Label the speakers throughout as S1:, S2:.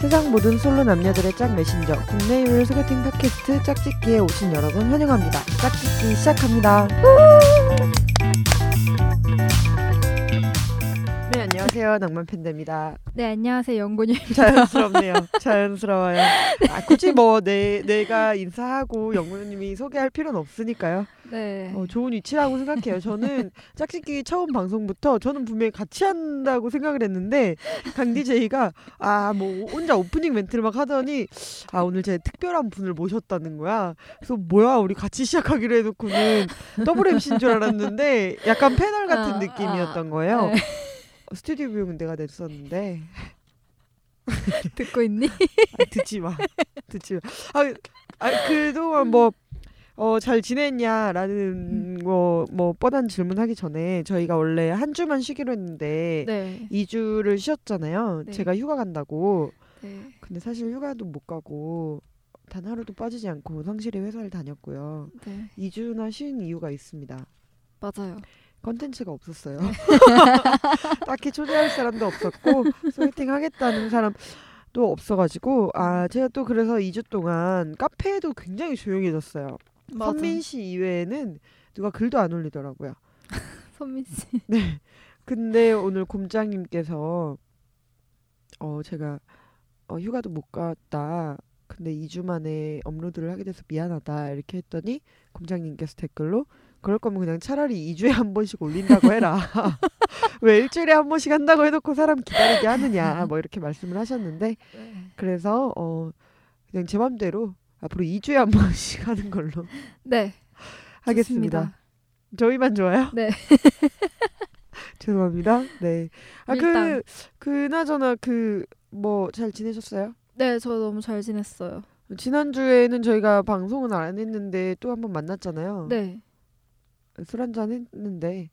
S1: 세상 모든 솔로 남녀들의 짝 메신저 국내 유일 소개팅 팟캐스트 짝짓기에 오신 여러분 환영합니다. 짝짓기 시작합니다. 네 안녕하세요 낭만 팬데입니다.
S2: 네 안녕하세요 영군님.
S1: 자연스럽네요. 자연스러워요. 아, 굳이 뭐 내, 내가 인사하고 영구님이 소개할 필요는 없으니까요.
S2: 네.
S1: 어, 좋은 위치라고 생각해요. 저는 짝짓기 처음 방송부터 저는 분명히 같이 한다고 생각을 했는데 강디제이가 아 뭐 혼자 오프닝 멘트를 막 하더니 아 오늘 제 특별한 분을 모셨다는 거야. 그래서 뭐야 우리 같이 시작하기로 해놓고는 더블 MC인 줄 알았는데 약간 패널 같은
S2: 아, 네.
S1: 느낌이었던 거예요. 스튜디오 비용 내가 냈었는데
S2: 듣고 있니?
S1: 아, 듣지 마. 듣지 마. 아, 아 그동안 뭐, 어, 잘 지냈냐라는
S2: 음.
S1: 거, 뭐, 뻔한 질문 하기 전에 저희가 원래 한 주만 쉬기로 했는데,
S2: 네.
S1: 이 2주를 쉬었잖아요.
S2: 네.
S1: 제가 휴가 간다고.
S2: 네.
S1: 근데 사실 휴가도 못 가고, 단 하루도 빠지지 않고 성실히 회사를 다녔고요.
S2: 네.
S1: 2주나 쉰 이유가 있습니다.
S2: 맞아요.
S1: 컨텐츠가 없었어요. 딱히 초대할 사람도 없었고 소개팅 하겠다는 사람도 없어가지고 아 제가 또 그래서 2주 동안 카페도 굉장히 조용해졌어요. 선민 씨 이외에는 누가 글도 안 올리더라고요.
S2: 선민 씨.
S1: 근데 오늘 곰장님께서 어 제가 어, 휴가도 못 갔다. 근데 2주 만에 업로드를 하게 돼서 미안하다 이렇게 했더니 곰장님께서 댓글로 그럴 거면 그냥 차라리 2주에 한 번씩 올린다고 해라. 왜 일주일에 한 번씩 한다고 해놓고 사람 기다리게 하느냐 뭐 이렇게 말씀을 하셨는데
S2: 네.
S1: 그래서 어 그냥 제 맘대로 앞으로 2주에 한 번씩 하는 걸로
S2: 네.
S1: 하겠습니다.
S2: 좋습니다.
S1: 저희만 좋아요?
S2: 네.
S1: 죄송합니다. 네. 아, 그,
S2: 밀당.
S1: 그나저나 그, 뭐 잘 지내셨어요?
S2: 네, 저 너무 잘 지냈어요.
S1: 지난주에는 저희가 방송은 안 했는데 또 한 번 만났잖아요.
S2: 네.
S1: 술 한잔 했는데.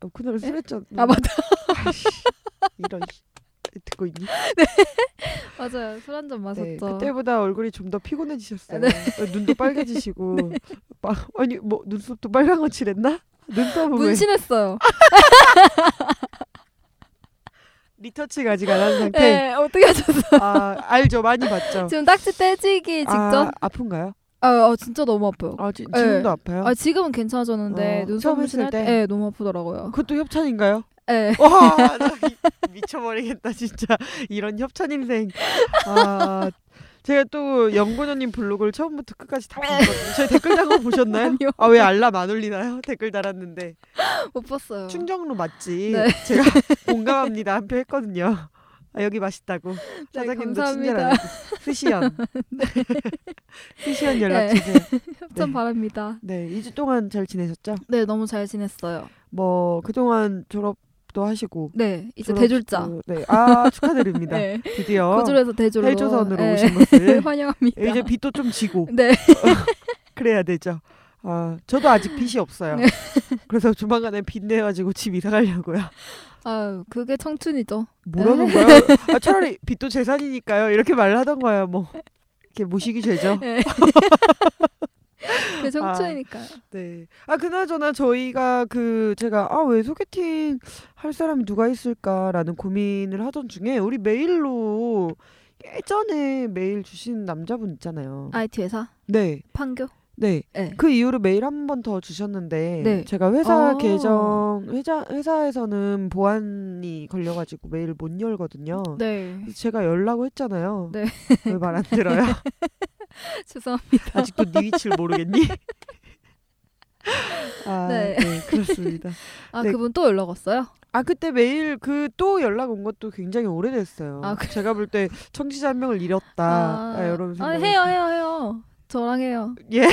S1: 어, 그날 술 했잖아.
S2: 아 맞다.
S1: 아이씨, 이런. 씨. 듣고 있니?
S2: 맞아요. 술 한 잔
S1: 네,
S2: 마셨죠.
S1: 그때보다 얼굴이 좀 더 피곤해지셨어요.
S2: 아, 네.
S1: 어, 눈도 빨개지시고 막, 아니 뭐 눈썹도 빨간 거 칠했나? 눈썹은 왜
S2: 문신했어요.
S1: 아, 리터치가 아직 안 한 상태?
S2: 네. 어떻게 하셨어요?
S1: 아 알죠 많이 봤죠.
S2: 지금 딱지 떼지기 직전.
S1: 어. 아, 아픈가요?
S2: 아, 아 진짜 너무 아파요.
S1: 아 지,
S2: 네.
S1: 금도 아파요?
S2: 아 지금은 괜찮아졌는데
S1: 어,
S2: 눈썹
S1: 처음 했을
S2: 문신할 때
S1: 때?
S2: 네, 너무 아프더라고요.
S1: 그것도 협찬인가요?
S2: 네.
S1: 와 나 이- 미쳐버리겠다 진짜 이런 협찬 인생. 아 제가 또 연구자님 블로그를 처음부터 끝까지 다 봤거든요. 저희 댓글 달거 보셨나요?
S2: 아니요.
S1: 아 왜 알람 안 울리나요? 댓글 달았는데
S2: 못 봤어요.
S1: 충정로 맛집
S2: 네.
S1: 제가 공감합니다 한 표 했거든요. 아, 여기 맛있다고 사장님도
S2: 감사합니다.
S1: 친절하고 스시연 스시연 연락
S2: 네.
S1: 주세요.
S2: 협찬
S1: 네.
S2: 바랍니다.
S1: 네, 2주 동안 잘 지내셨죠?
S2: 네, 너무 잘 지냈어요.
S1: 뭐 그동안 졸업도 하시고
S2: 네, 이제
S1: 졸업도-
S2: 대졸자.
S1: 네, 아 축하드립니다.
S2: 네.
S1: 드디어
S2: 고졸에서 대졸로
S1: 헬조선으로
S2: 네.
S1: 오신 것을
S2: 환영합니다.
S1: 이제 빚도 좀 지고
S2: 네.
S1: 그래야 되죠. 아, 저도 아직 빚이 없어요.
S2: 네.
S1: 그래서 조만간에 빚 내가지고 집 이사 가려고요.
S2: 아유, 그게 청춘이죠. 네.
S1: 뭐라는 거야? 아, 차라리 빚도 재산이니까요. 이렇게 말을 하던 거예요. 뭐 이렇게 모시기 죄죠.
S2: 그게 청춘이니까요.
S1: 네. 아 그나저나 저희가 그 제가 아 왜 소개팅 할 사람이 누가 있을까라는 고민을 하던 중에 우리 메일로 예전에 메일 주신 남자분 있잖아요.
S2: IT 회사
S1: 네.
S2: 판교.
S1: 네.
S2: 네.
S1: 그 이후로 메일 한 번 더 주셨는데
S2: 네.
S1: 제가 회사
S2: 아.
S1: 계정 회사 회사에서는 보안이 걸려 가지고 메일 못 열거든요.
S2: 네.
S1: 그래서 제가 열라고 했잖아요.
S2: 네.
S1: 왜 말 안 들어요?
S2: 죄송합니다.
S1: 아직도 네 위치를 모르겠니? 아,
S2: 네.
S1: 네, 그렇습니다.
S2: 아,
S1: 네.
S2: 그분 또 연락 왔어요?
S1: 아 그때 매일 그 또 연락 온 것도 굉장히 오래됐어요.
S2: 아, 그래요?
S1: 제가 볼 때 청취자 한 명을 잃었다. 아, 이런 생각.
S2: 아, 해요, 해요, 해요. 저랑 해요.
S1: 예.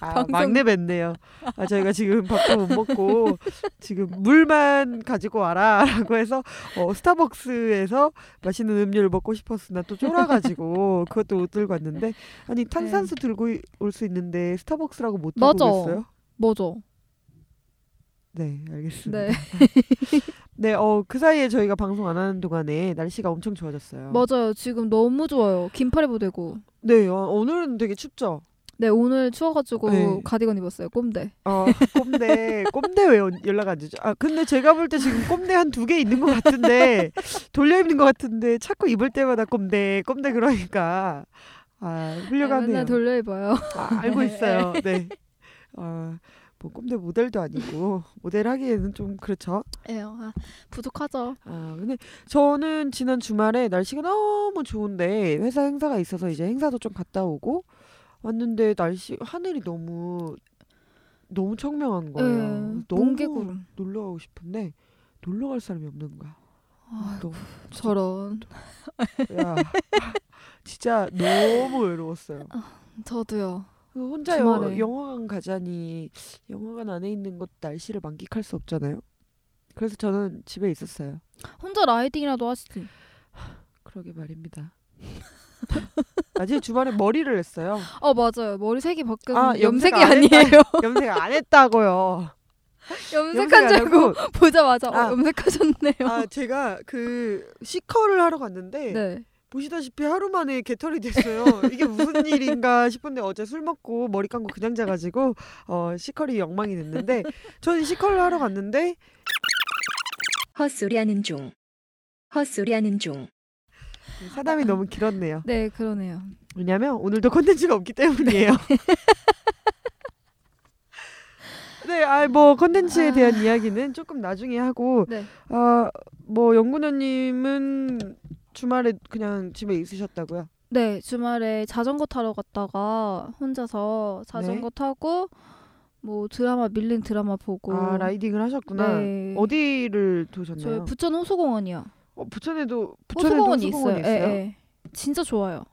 S1: 아,
S2: 방송-
S1: 막내 뵀네요. 아 저희가 지금 밥도 못 먹고 지금 물만 가지고 와라라고 해서 어, 스타벅스에서 맛있는 음료를 먹고 싶었으나 또 쫄아가지고 그것도 못 들고 왔는데 아니 탄산수 들고 올 수 있는데 스타벅스라고 못 들고
S2: 네. 맞아.
S1: 오겠어요?
S2: 뭐죠?
S1: 네, 알겠습니다.
S2: 네.
S1: 네, 어, 그 사이에 저희가 방송 안 하는 동안에 날씨가 엄청 좋아졌어요.
S2: 맞아요. 지금 너무 좋아요. 긴팔 입어도 되고.
S1: 네, 어, 오늘은 되게 춥죠?
S2: 네 오늘 추워가지고
S1: 네.
S2: 가디건 입었어요. 꼼대. 네,
S1: 어, 꼼대, 꼼대 왜 연락 안 주죠? 아, 근데 제가 볼 때 지금 꼼대 한 두 개 있는 것 같은데, 돌려 입는 것 같은데, 자꾸 입을 때마다 꼼대, 꼼대 그러니까. 아, 훌륭하네요.
S2: 맨날 돌려 입어요.
S1: 아, 알고 있어요. 네. 아, 뭐 꼼대 모델도 아니고, 모델 하기에는 좀 그렇죠.
S2: 예요. 아, 부족하죠.
S1: 아, 근데 저는 지난 주말에 날씨가 너무 좋은데, 회사 행사가 있어서 이제 행사도 좀 갔다 오고, 왔는데 날씨, 하늘이 너무, 너무 청명한 거예요.
S2: 예,
S1: 너무
S2: 뭉게구름.
S1: 놀러 가고 싶은데 놀러 갈 사람이 없는 거야.
S2: 아, 그
S1: 너무
S2: 저런.
S1: 야, 진짜 너무 외로웠어요.
S2: 저도요.
S1: 그 혼자 여,
S2: 아, 주말에.
S1: 영화관 가자니 영화관 안에 있는 것 날씨를 만끽할 수 없잖아요. 그래서 저는 집에 있었어요.
S2: 혼자 라이딩이라도 하시지.
S1: 그러게 말입니다. 나중에 아, 주말에 머리를 했어요.
S2: 어 맞아요. 머리 색이 바뀌었
S1: 아,
S2: 아,
S1: 염색
S2: 염색이
S1: 안 했다.
S2: 아니에요.
S1: 염색 안 했다고요.
S2: 염색한
S1: 안
S2: 줄 알고
S1: 하고,
S2: 보자마자
S1: 아.
S2: 어, 염색하셨네요.
S1: 아 제가 그 시커를 하러 갔는데
S2: 네.
S1: 보시다시피 하루 만에 개털이 됐어요. 이게 무슨 일인가 싶은데 어제 술 먹고 머리 감고 그냥 자가지고 어, 시컬이 엉망이 됐는데 저는 시컬을 하러 갔는데
S3: 헛소리하는 중. 헛소리하는 중.
S1: 사담이 너무 길었네요.
S2: 네 그러네요.
S1: 왜냐면 오늘도 컨텐츠가 없기 때문이에요. 네, 아뭐 컨텐츠에 대한 이야기는 조금 나중에 하고
S2: 네.
S1: 아뭐 연구녀님은 주말에 그냥 집에 있으셨다고요? 아,
S2: 네 주말에 자전거 타러 갔다가 혼자서
S1: 네.
S2: 자전거 타고 뭐 드라마 밀린 드라마 보고.
S1: 아 라이딩을 하셨구나.
S2: 네.
S1: 어디를 도셨나요?
S2: 저희 부천 호수공원이요.
S1: 어, 부천에도 부천에도
S2: 호수공원이
S1: 호수공원이
S2: 있어요.
S1: 있어요.
S2: 예, 예. 진짜 좋아요.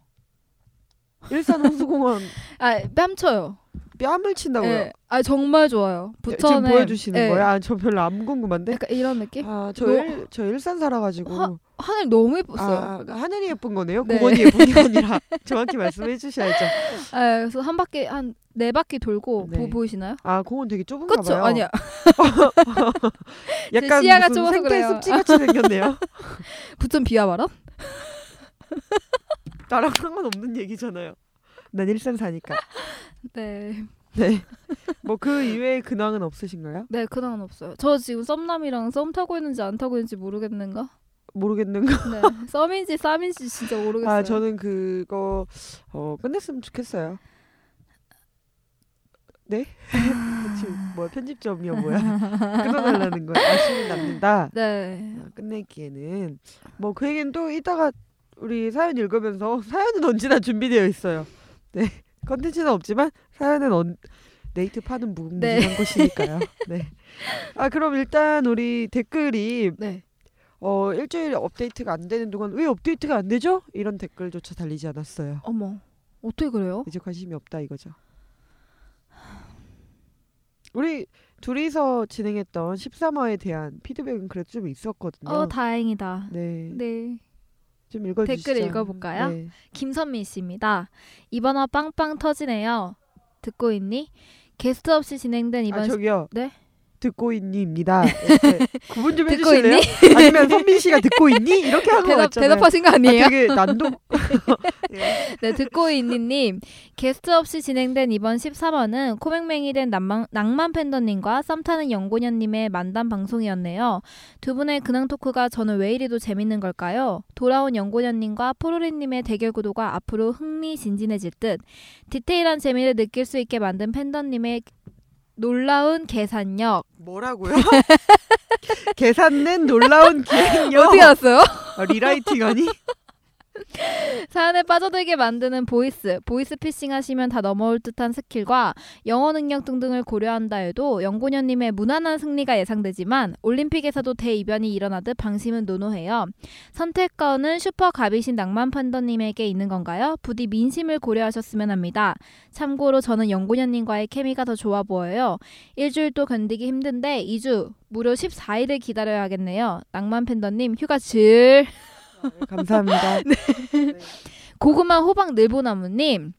S1: 일산 호수공원
S2: 아 뺨쳐요.
S1: 뺨을 친다고요.
S2: 예. 아 정말 좋아요. 부천에
S1: 지금 보여주시는
S2: 예.
S1: 거예요? 아, 네. 저 별로 안 궁금한데.
S2: 약간 이런 느낌?
S1: 아저
S2: 너-
S1: 일, 저 일산 살아가지고
S2: 하- 하늘 너무 예뻤어요.
S1: 아, 하늘이 예쁜 거네요.
S2: 네.
S1: 공원이 예쁜 게 아니라 정확히 말씀해 주셔야죠.
S2: 예, 그래서 한 바퀴 한 네 바퀴 돌고
S1: 네.
S2: 보, 보이시나요?
S1: 아 공원 되게 좁은가
S2: 그쵸?
S1: 봐요.
S2: 아니야.
S1: 약간
S2: 시야가
S1: 무슨
S2: 좁아서
S1: 생태
S2: 그래요.
S1: 습지 같이 생겼네요.
S2: 부천 비하 발언?
S1: 나랑 상관없는 얘기잖아요. 난 일산 사니까.
S2: 네.
S1: 네. 뭐 그 이외의 근황은 없으신가요?
S2: 네, 그동안 없어요. 저 지금 썸남이랑 썸 타고 있는지 안 타고 있는지 모르겠는가?
S1: 모르겠는
S2: 네. 썸인지 쌈인지 진짜 모르겠어요.
S1: 아 저는 그거 어, 끝냈으면 좋겠어요. 네? 지금 뭐 편집점이야 뭐야? 끊어달라는 거야. 아쉬움이 남는다.
S2: 네.
S1: 아, 끝내기에는 뭐 그 얘기는 또 이따가 우리 사연 읽으면서 사연은 언제나 준비되어 있어요. 네 컨텐츠는 없지만 사연은 언, 네이트 파는 무궁무진한 곳이니까요. 네. 아 그럼 일단 우리 댓글이
S2: 네.
S1: 어 일주일에 업데이트가 안 되는 동안 왜 업데이트가 안 되죠? 이런 댓글조차 달리지 않았어요.
S2: 어머. 어떻게 그래요?
S1: 이제 관심이 없다 이거죠. 우리 둘이서 진행했던 13화에 대한 피드백은 그래도 좀 있었거든요.
S2: 어, 다행이다.
S1: 네.
S2: 네.
S1: 좀 읽어 주시죠.
S2: 댓글 읽어볼까요?
S1: 네.
S2: 김선민 씨입니다. 이번 화 빵빵 터지네요. 듣고 있니? 게스트 없이 진행된 이번
S1: 아 저기요.
S2: 네?
S1: 듣고 있니입니다. 이렇게 구분 좀
S2: 듣고
S1: 해주실래요? 아니면 선민 씨가 듣고 있니? 이렇게 하고
S2: 대답
S1: 왔잖아요.
S2: 대답하신 거 아니에요?
S1: 아, 되게 난도. 예.
S2: 네, 듣고 있니님 게스트 없이 진행된 이번 13화는 코맹맹이 된 낭만, 낭만 팬더님과 썸타는 연고녀님의 만담 방송이었네요. 두 분의 근황 토크가 저는 왜 이리도 재밌는 걸까요? 돌아온 연고녀님과 포로리님의 대결 구도가 앞으로 흥미진진해질 듯 디테일한 재미를 느낄 수 있게 만든 팬더님의 놀라운 계산력
S1: 뭐라고요? 계산낸 놀라운 기획력.
S2: 어떻게 알았어요?
S1: 아, 리라이팅 아니?
S2: 사연에 빠져들게 만드는 보이스, 보이스 피싱 하시면 다 넘어올 듯한 스킬과 영어 능력 등등을 고려한다 해도 영고녀님의 무난한 승리가 예상되지만 올림픽에서도 대이변이 일어나듯 방심은 노노해요. 선택권은 슈퍼 갑이신 낭만 판더님에게 있는 건가요? 부디 민심을 고려하셨으면 합니다. 참고로 저는 영고녀님과의 케미가 더 좋아 보여요. 일주일도 견디기 힘든데 2주, 무려 14일을 기다려야겠네요. 낭만 팬더님 휴가 질. 네.
S1: 감사합니다.
S2: 고구마 호박 늘보나무님.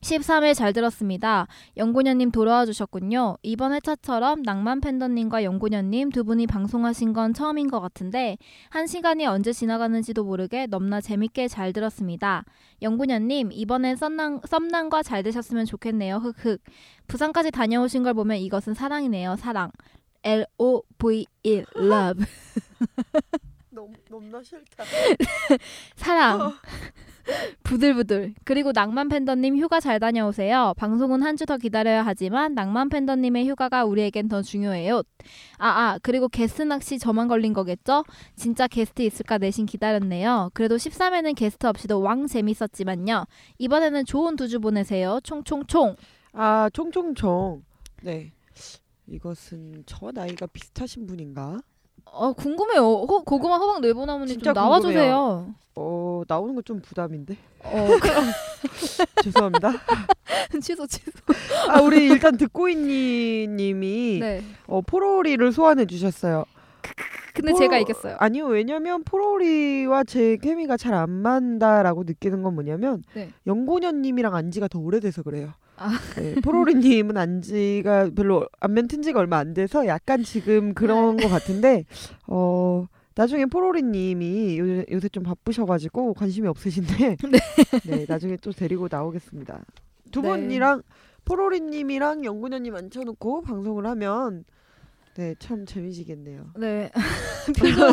S2: 13회 잘 들었습니다. 영고녀님 돌아와 주셨군요. 이번 회차처럼 낭만 팬더님과 영고녀님 두 분이 방송하신 건 처음인 것 같은데 한 시간이 언제 지나가는지도 모르게 넘나 재밌게 잘 들었습니다. 영고녀님 이번엔 썸남, 썸남과 잘 되셨으면 좋겠네요. 흑흑. 부산까지 다녀오신 걸 보면 이것은 사랑이네요. 사랑. L O V E love.
S1: 너무 너무나 싫다.
S2: 사랑.
S1: 어.
S2: 부들부들. 그리고 낭만 팬더님 휴가 잘 다녀오세요. 방송은 한 주 더 기다려야 하지만 낭만 팬더님의 휴가가 우리에겐 더 중요해요. 아, 아, 그리고 게스트 낚시 저만 걸린 거겠죠? 진짜 게스트 있을까 내심 기다렸네요. 그래도 13회는 게스트 없이도 왕 재밌었지만요. 이번에는 좋은 두 주 보내세요. 총총총.
S1: 아, 총총총. 네. 이것은 저 나이가 비슷하신 분인가?
S2: 어, 궁금해요. 호, 고구마 호박 늘보나무님
S1: 진짜
S2: 좀 나와주세요.
S1: 어, 나오는 거 좀 부담인데.
S2: 어,
S1: 죄송합니다.
S2: 그- 취소, 취소.
S1: 아, 우리 일단 듣고 있니 님이
S2: 네.
S1: 어, 포로리를 소환해 주셨어요.
S2: 근데
S1: 포-
S2: 제가 이겼어요.
S1: 아니요, 왜냐면 포로리와 제 케미가 잘 안 맞는다라고 느끼는 건 뭐냐면
S2: 네.
S1: 영고년님이랑 안지가 더 오래돼서 그래요.
S2: 아.
S1: 네, 포로리님은 안지가 별로 안 멘튼 지가 얼마 안 돼서 약간 지금 그런
S2: 네.
S1: 것 같은데 어. 나중에 포로리님이 요- 요새 좀 바쁘셔가지고 관심이 없으신데 네, 나중에 또 데리고 나오겠습니다. 두
S2: 네.
S1: 분이랑 포로리님이랑 영구년님 앉혀놓고 방송을 하면 네, 참 재미지겠네요.
S2: 네. 표정,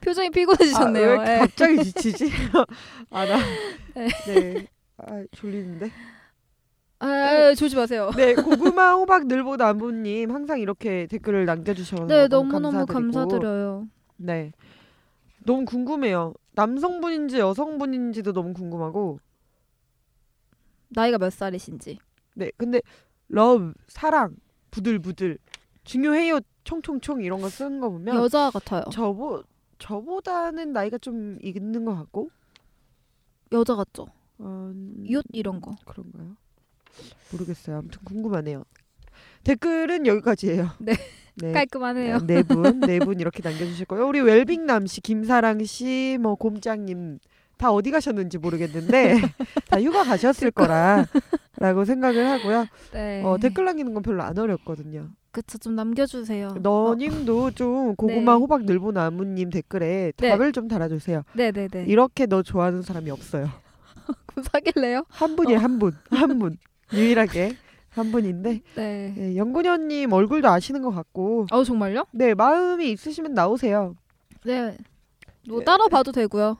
S2: 표정이 피곤해지셨네요.
S1: 아, 왜 이렇게
S2: 예.
S1: 갑자기 지치지? 아, 나.
S2: 네.
S1: 네. 아, 졸리는데.
S2: 아, 조심하세요.
S1: 네, 고구마 호박 늘보 나무님 항상 이렇게 댓글을 남겨주셔서
S2: 네,
S1: 너무
S2: 너무너무
S1: 감사드리고.
S2: 감사드려요.
S1: 네, 너무 궁금해요. 남성분인지 여성분인지도 너무 궁금하고.
S2: 나이가 몇 살이신지.
S1: 네, 근데 러브 사랑 부들부들 중요해요 총총총 이런 거 쓰는 거 보면
S2: 여자 같아요.
S1: 저보 저보다는 나이가 좀 있는 것 같고.
S2: 여자 같죠?
S1: 어,
S2: 윷 이런 거.
S1: 그런가요? 모르겠어요. 아무튼 궁금하네요. 댓글은 여기까지예요.
S2: 네.
S1: 네.
S2: 깔끔하네요.
S1: 네 분, 네 분 이렇게 남겨주실 거예요. 우리 웰빙남 씨, 김사랑 씨, 뭐 곰짱님 다 어디 가셨는지 모르겠는데 다 휴가 가셨을 거라라고 생각을 하고요.
S2: 네.
S1: 어, 댓글 남기는 건 별로 안 어렵거든요.
S2: 그쵸, 좀 남겨주세요.
S1: 너님도 좀 고구마
S2: 어, 네.
S1: 호박 늘보 나무님 댓글에
S2: 네.
S1: 답을 좀 달아주세요.
S2: 네네네.
S1: 이렇게 너 좋아하는 사람이 없어요.
S2: 그럼 사귈래요?
S1: 한
S2: 어.
S1: 분이에요, 한 분, 한 분. 유일하게 한 분인데
S2: 네.
S1: 네, 영구녀님 얼굴도 아시는 것 같고
S2: 어, 정말요?
S1: 네 마음이 있으시면 나오세요
S2: 네. 뭐 따라 봐도 되고요.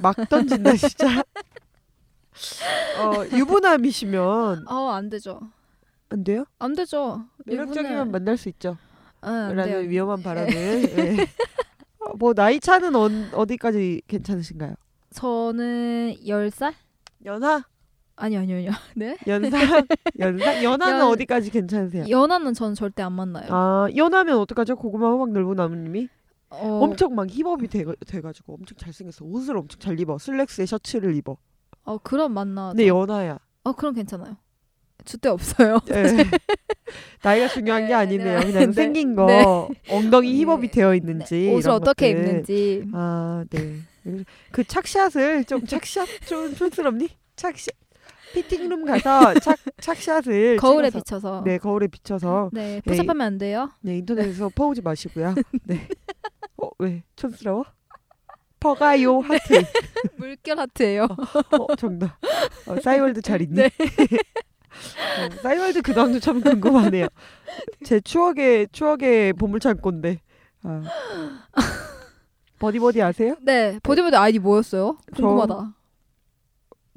S1: 막 던진다 진짜 어, 유부남이시면
S2: 어, 안 되죠.
S1: 안 돼요?
S2: 안 되죠.
S1: 매력적이면 만날 수 있죠
S2: 네, 안 돼요. 네.
S1: 라는 위험한 바람을 예. 어, 뭐 나이 차는 언- 어디까지 괜찮으신가요?
S2: 저는 10살?
S1: 연하?
S2: 아니, 아니요, 아니요. 네?
S1: 연상? 연상? 연하는
S2: 연- 예.
S1: 어디까지 괜찮으세요?
S2: 연하는 저는 절대 안 만나요.
S1: 아 연하면 어떡하죠? 고구마 호박 늘보나무님이
S2: 어,
S1: 아, 엄청 막 힙업이 돼, 돼가지고 엄청 잘생겼어 옷을 엄청 잘 입어 슬랙스에 셔츠를 입어
S2: 어, 그럼 만나.
S1: 근데 연하야
S2: 어, 그럼 괜찮아요. 주대 없어요.
S1: 네. 나이가 중요한
S2: 예. 네,
S1: 게 아니네요.
S2: 네.
S1: 그냥
S2: 네.
S1: 생긴 거 엉덩이 힙업이
S2: 네.
S1: 되어 있는지
S2: 네, 옷을
S1: 이런
S2: 어떻게
S1: 것들.
S2: 입는지
S1: 아 네. 그 착샷을 좀 착샷 좀 촌스럽니? 착샷 피팅룸 가서 착 착샷을
S2: 거울에
S1: 찍어서-
S2: 비춰서 네,
S1: 네 거울에 비춰서
S2: 포샵하면 안 돼요.
S1: 네 인터넷에서 퍼오지 마시고요. 네. 어왜 촌스러워? 퍼가요 하트
S2: 물결 하트예요.
S1: 어, 정답. 어, 싸이월드 잘 있니?
S2: 네.
S1: 어, 싸이월드 근황도 참 궁금하네요. 제 추억의 추억의 보물창고인데. 아. 버디버디 아세요?
S2: 네, 보디보디 아이디 뭐였어요? 궁금하다.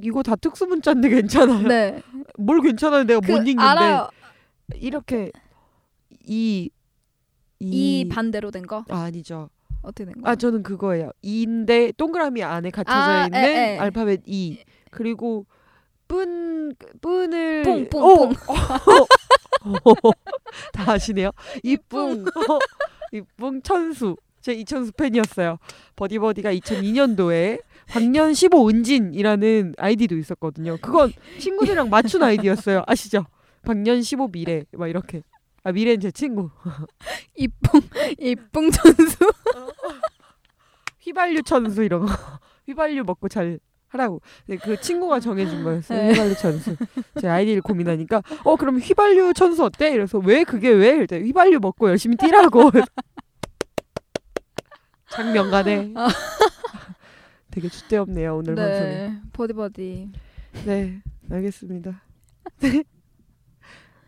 S1: 이거 다 특수 문자인데 괜찮아요.
S2: 네, 그
S1: 뭘 괜찮아요? 내가 못 읽는데
S2: 알아요.
S1: 이렇게 이
S2: 이,
S1: 이-
S2: 반대로 된 거
S1: 아, 아니죠.
S2: 어떻게 된 거?
S1: 아 저는 그거예요. 2인데 동그라미 안에 갇혀져
S2: 아,
S1: 있는
S2: 에, 에.
S1: 알파벳 E 그리고 뿐 뿐을
S2: 뿡,
S1: 어!
S2: 뿡,
S1: 어. 다 아시네요. 이뿡 어, 이뿡 천수 제 이천수 팬이었어요. 버디버디가 2002년도에 광년 15 은진이라는 아이디도 있었거든요. 그건 친구들이랑 맞춘 아이디였어요. 아시죠? 박년 15 미래 막 이렇게 아 미래는 제 친구
S2: 이뿡, 이뿡 천수.
S1: 휘발유 천수 이런 거 휘발유 먹고 잘 할 하라고. 근데 그 친구가 정해준 거였어요.
S2: 네.
S1: 휘발유 천수. 제 아이디를 고민하니까 어 그럼 휘발유 천수 어때? 이래서 왜 그게 왜? 이때 휘발유 먹고 열심히 뛰라고. 장면가네.
S2: 아.
S1: 되게 주대 없네요 오늘 방송이.
S2: 네. 버디 버디.
S1: 네 알겠습니다. 네.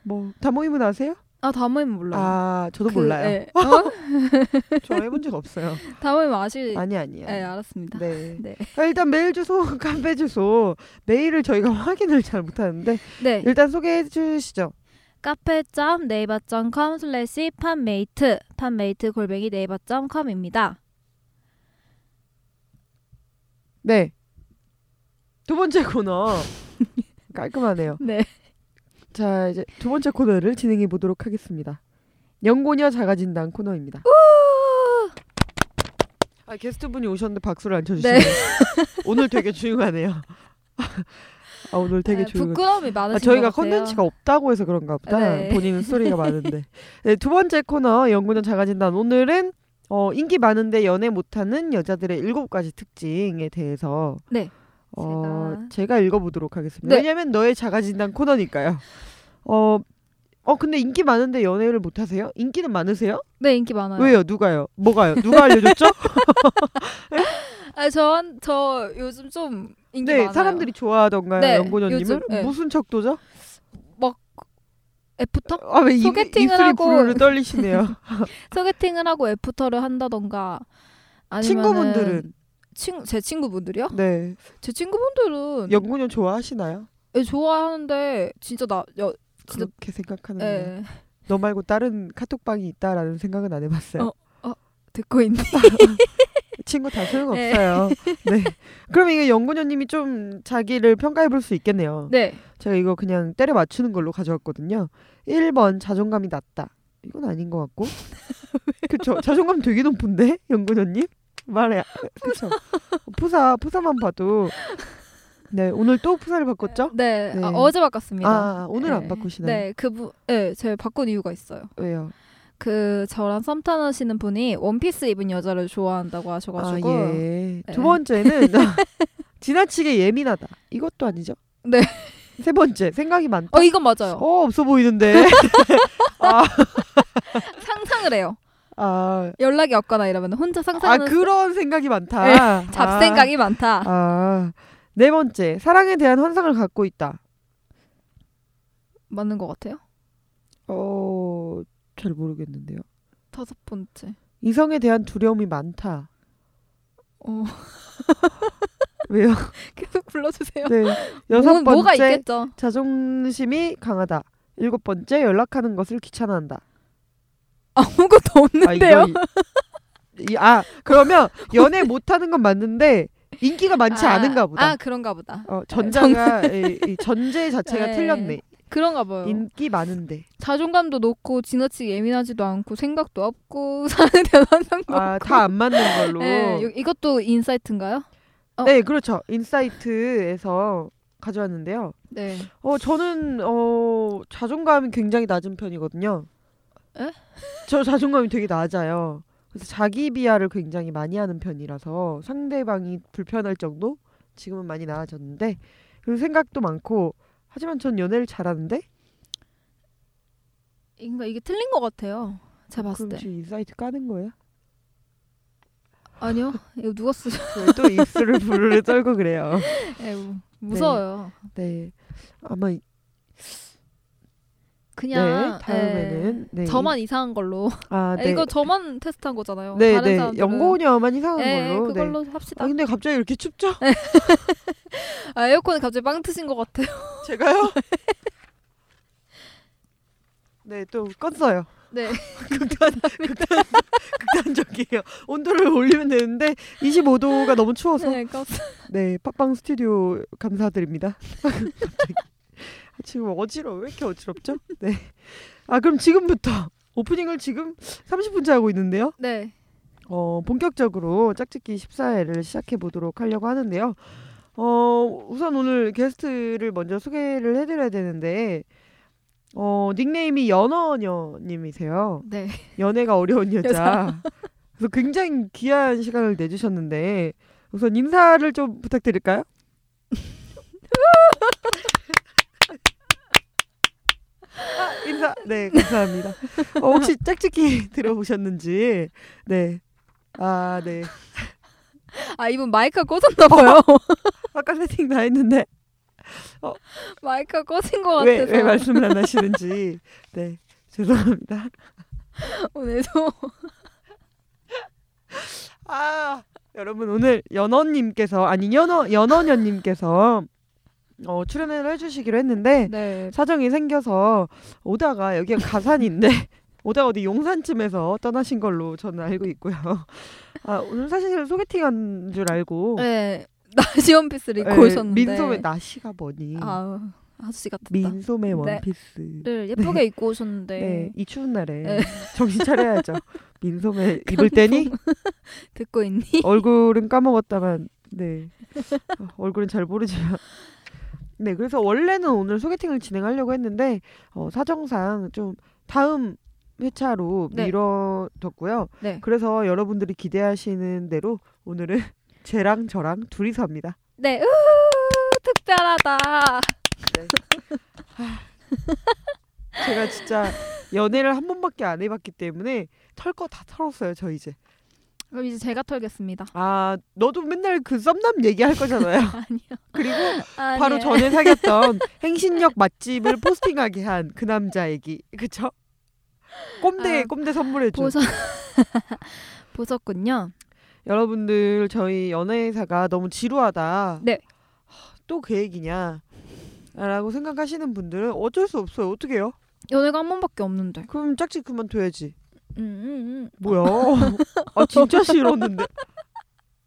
S1: 뭐 다모임은 아세요?
S2: 아 다모임 몰라.
S1: 아
S2: 그,
S1: 저도 몰라요.
S2: 네.
S1: 저 해본 적 없어요.
S2: 다모임 아실.
S1: 아니 아니요.
S2: 어? 네 알았습니다.
S1: 네.
S2: 네.
S1: 아, 일단 메일 주소, 카페 주소, 메일을 저희가 확인을 잘 못하는데
S2: 네.
S1: 일단 소개해 주시죠.
S2: 카페.네이버.com 슬래시 팟메이트 팟메이트 골뱅이 네이버.com입니다.
S1: 네. 두 번째 코너 깔끔하네요.
S2: 네.
S1: 자 이제 두 번째 코너를 진행해 보도록 하겠습니다. 연고녀 자가진단 코너입니다. 아, 게스트분이 오셨는데 박수를 안 쳐주시네요. 오늘 되게 조용하네요. 아 오늘 되게
S2: 네,
S1: 조용해.
S2: 부끄러움이 많으신
S1: 아, 저희가
S2: 것 같아요.
S1: 컨텐츠가 없다고 해서 그런가 보다.
S2: 네.
S1: 본인은 소리가 많은데. 네, 두 번째 코너 연구년 자가진단 오늘은 어, 인기 많은데 연애 못하는 여자들의 일곱 가지 특징에 대해서
S2: 네.
S1: 어,
S2: 제가-
S1: 제가... 읽어보도록 하겠습니다.
S2: 네.
S1: 왜냐하면 너의 자가진단 코너니까요. 어, 어 근데 인기 많은데 연애를 못하세요? 인기는 많으세요?
S2: 네 인기 많아요.
S1: 왜요? 누가요? 뭐가요? 누가 알려줬죠?
S2: 아, 전, 저 요즘 좀 인기
S1: 네,
S2: 많아요.
S1: 사람들이 좋아하던가요?
S2: 네,
S1: 연구년님을
S2: 요즘, 네.
S1: 무슨 척도죠?
S2: 애프터
S1: 아, 왜 입,
S2: 소개팅을
S1: 입술이
S2: 하고
S1: 부르르 떨리시네요.
S2: 소개팅을 하고 애프터를 한다던가 아니면은
S1: 친구분들은
S2: 친, 제 친구분들이요?
S1: 네.
S2: 제 친구분들은
S1: 연구년 좋아하시나요?
S2: 예, 좋아하는데 진짜 나 여, 진짜-
S1: 그렇게 생각하는 거.
S2: 예,
S1: 너 말고 다른 카톡방이 있다라는 생각은 안 해봤어요.
S2: 어. 듣고 있네.
S1: 어. 친구 다 소용없어요. 네. 그럼 이게 연구년님이 좀 자기를 평가해볼 수 있겠네요.
S2: 네.
S1: 제가 이거 그냥 때려 맞추는 걸로 가져왔거든요. 1번 자존감이 낮다. 이건 아닌 것 같고. 그쵸. 자존감 되게 높은데 연구년님 말해. 그쵸. 푸사 푸사만 봐도. 네 오늘 또 푸사를 바꿨죠?
S2: 네.
S1: 네.
S2: 아, 어제 바꿨습니다.
S1: 아 오늘 안
S2: 예.
S1: 바꾸시나요?
S2: 네, 그분, 예, 제가 바꾼 이유가 있어요.
S1: 왜요?
S2: 그 저랑 썸 타시는 분이 원피스 입은 여자를 좋아한다고 하셔가지고
S1: 아, 예.
S2: 네.
S1: 두 번째는 지나치게 예민하다. 이것도 아니죠?
S2: 네.
S1: 세 번째 생각이 많다.
S2: 어 이건 맞아요.
S1: 어 없어 보이는데.
S2: 상상을 해요.
S1: 아,
S2: 연락이 없거나 이러면 혼자
S1: 아
S2: 상상하는
S1: 그런 생각이 많다.
S2: 네, 잡생각이 많다.
S1: 아, 아. 네 번째 사랑에 대한 환상을 갖고 있다.
S2: 맞는 것 같아요.
S1: 어, 잘 모르겠는데요.
S2: 다섯 번째.
S1: 이성에 대한 두려움이 많다.
S2: 어,
S1: 왜요?
S2: 계속 불러주세요.
S1: 네. 여섯 번째
S2: 뭐, 뭐가 있겠죠?
S1: 자존심이 강하다. 일곱 번째 연락하는 것을 귀찮아한다.
S2: 아무것도 없는데요.
S1: 아, 이거 이- 이- 아 그러면 연애 못하는 건 맞는데 인기가 많지
S2: 아,
S1: 않은가 보다.
S2: 아 그런가 보다.
S1: 어, 전자가 이, 이 전제 자체가
S2: 네. 어.
S1: 틀렸네.
S2: 그런가 봐요.
S1: 인기 많은데.
S2: 자존감도 높고 지나치게 예민하지도 않고 생각도 없고 사는 대한 환상도
S1: 아 다 안 맞는 걸로.
S2: 어, 네, 요- 이것도 인사이트인가요? 어.
S1: 네 그렇죠. 인사이트에서 가져왔는데요.
S2: 네.
S1: 어 저는 어 자존감이 굉장히 낮은 편이거든요.
S2: 에?
S1: 저 자존감이 되게 낮아요. 그래서 자기 비하를 굉장히 많이 하는 편이라서 상대방이 불편할 정도 지금은 많이 나아졌는데 그리고 생각도 많고 하지만 전 연애를 잘하는데
S2: 그러니까 이게 틀린 것 같아요. 제가 봤을
S1: 그럼
S2: 때.
S1: 지금 인사이트 까는 거예요?
S2: 아니요. 이거 누가 쓰죠?
S1: 왜또 입술을 부르르 떨고 그래요.
S2: 예, 무- 무서워요.
S1: 네 아마 이- 네
S2: 그냥
S1: 다음에는 네.
S2: 예, 저만 이상한 걸로.
S1: 아 네.
S2: 이거 저만 테스트한 거잖아요.
S1: 네,
S2: 다른
S1: 네.
S2: 사람들은
S1: 연고녀만 이상한
S2: 예,
S1: 걸로. 네.
S2: 그걸로 합시다.
S1: 아 근데 갑자기 이렇게 춥죠?
S2: 아, 에어컨 갑자기 빵 트신 것 같아요.
S1: 제가요? 네, 또 껐어요.
S2: 네.
S1: 극단, 극단, 극단적이에요. 온도를 올리면 되는데 25도가 너무 추워서.
S2: 네, 껐어.
S1: 네, 팟빵 스튜디오 감사드립니다. 갑자기. 아, 지금 어지러워. 왜 이렇게 어지럽죠? 네. 아, 그럼 지금부터 오프닝을 지금 30분째 하고 있는데요.
S2: 네.
S1: 어, 본격적으로 짝짓기 14회를 시작해 보도록 하려고 하는데요. 어, 우선 오늘 게스트를 먼저 소개를 해드려야 되는데, 어, 닉네임이 연어녀님이세요.
S2: 네.
S1: 연애가 어려운 여자. 그래서 굉장히 귀한 시간을 내주셨는데, 우선 인사를 좀 부탁드릴까요? 인사. 네, 감사합니다. 어, 혹시 짝짓기 들어보셨는지. 네. 아, 네.
S2: 아 이분 마이크 꽂았나 봐요.
S1: 아까 세팅 다 했는데
S2: 마이크 꽂힌 것
S1: 왜,
S2: 같아서
S1: 왜 말씀을 안 하시는지. 네. 죄송합니다.
S2: 어, 오늘도
S1: 아, 여러분 오늘 연어님께서 아니 연어 연어녀님께서 어, 출연을 해주시기로 했는데
S2: 네
S1: 사정이 생겨서 오다가 여기가 가산인데 오다가 어디 용산쯤에서 떠나신 걸로 저는 알고 있고요. 아 오늘 사실 소개팅한 줄 알고
S2: 네 나시 원피스를 입고
S1: 예,
S2: 오셨는데
S1: 민소매 나시가 뭐니
S2: 아 아저씨 같았다.
S1: 민소매
S2: 네.
S1: 원피스
S2: 를 예쁘게 입고 오셨는데
S1: 네. 이 추운 날에
S2: 네.
S1: 정신 차려야죠. 민소매 입을 때니
S2: 듣고 있니?
S1: 얼굴은 까먹었다만 네 어, 얼굴은 잘 모르지만 네 그래서 원래는 오늘 소개팅을 진행하려고 했는데 어, 사정상 좀 다음 회차로
S2: 네.
S1: 미뤄뒀고요.
S2: 네.
S1: 그래서 여러분들이 기대하시는 대로 오늘은 쟤랑 저랑 둘이서 합니다.
S2: 네, 우 특별하다.
S1: 제가 진짜 연애를 한 번밖에 안 해봤기 때문에 털 거 다 털었어요 저 이제.
S2: 그럼 이제 제가 털겠습니다.
S1: 아 너도 맨날 그 썸남 얘기할 거잖아요.
S2: 아니요.
S1: 그리고
S2: 아니에요. 네.
S1: 바로 전에 사귀었던 행신역 맛집을 포스팅하게 한 그 남자 얘기 그쵸? 꼼대
S2: 아,
S1: 꼼대 선물해준
S2: 보셨 보셨군요.
S1: 여러분들 저희 연애사가 너무 지루하다
S2: 네.
S1: 또 그 얘기냐 라고 생각하시는 분들은 어쩔 수 없어요 어떡해요?
S2: 연애가 한 번밖에 없는데.
S1: 그럼 짝짓 그만둬야지
S2: 음, 음, 음.
S1: 뭐야 아 진짜 싫었는데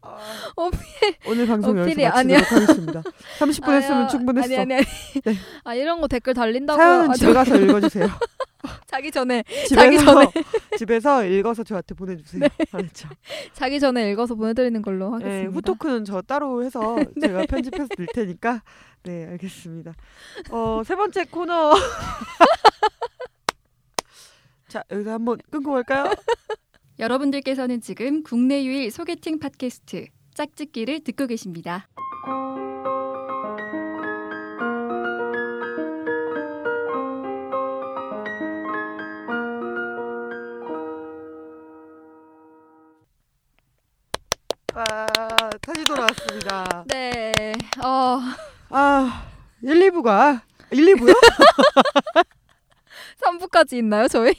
S1: 아,
S2: 어필.
S1: 오늘 방송
S2: 어필이
S1: 여기서 마치도록
S2: 아니야.
S1: 하겠습니다 30분 했으면
S2: 아니요.
S1: 충분했어
S2: 아니 아니 아니.
S1: 네.
S2: 아 이런 거 댓글 달린다고.
S1: 사연은
S2: 요
S1: 집에 가서 읽어주세요
S2: 자기 전에 네. 자기
S1: 집에서 집에서 읽어서 저한테 보내주세요. 알았죠?
S2: 자기 전에 읽어서 보내드리는 걸로
S1: 네,
S2: 하겠습니다. 네.
S1: 후토크는 저 따로 해서 제가 편집해서 낼 테니까 네 알겠습니다. 어세 번째 코너 자 여기서 한번 끊고 갈까요?
S3: 여러분들께서는 지금 국내 유일 소개팅 팟캐스트 짝짓기를 듣고 계십니다.
S1: 아, 다시 돌아왔습니다.
S2: 네. 어
S1: 아 1, 2부가 1, 2부요?
S2: 3부까지 있나요 저희?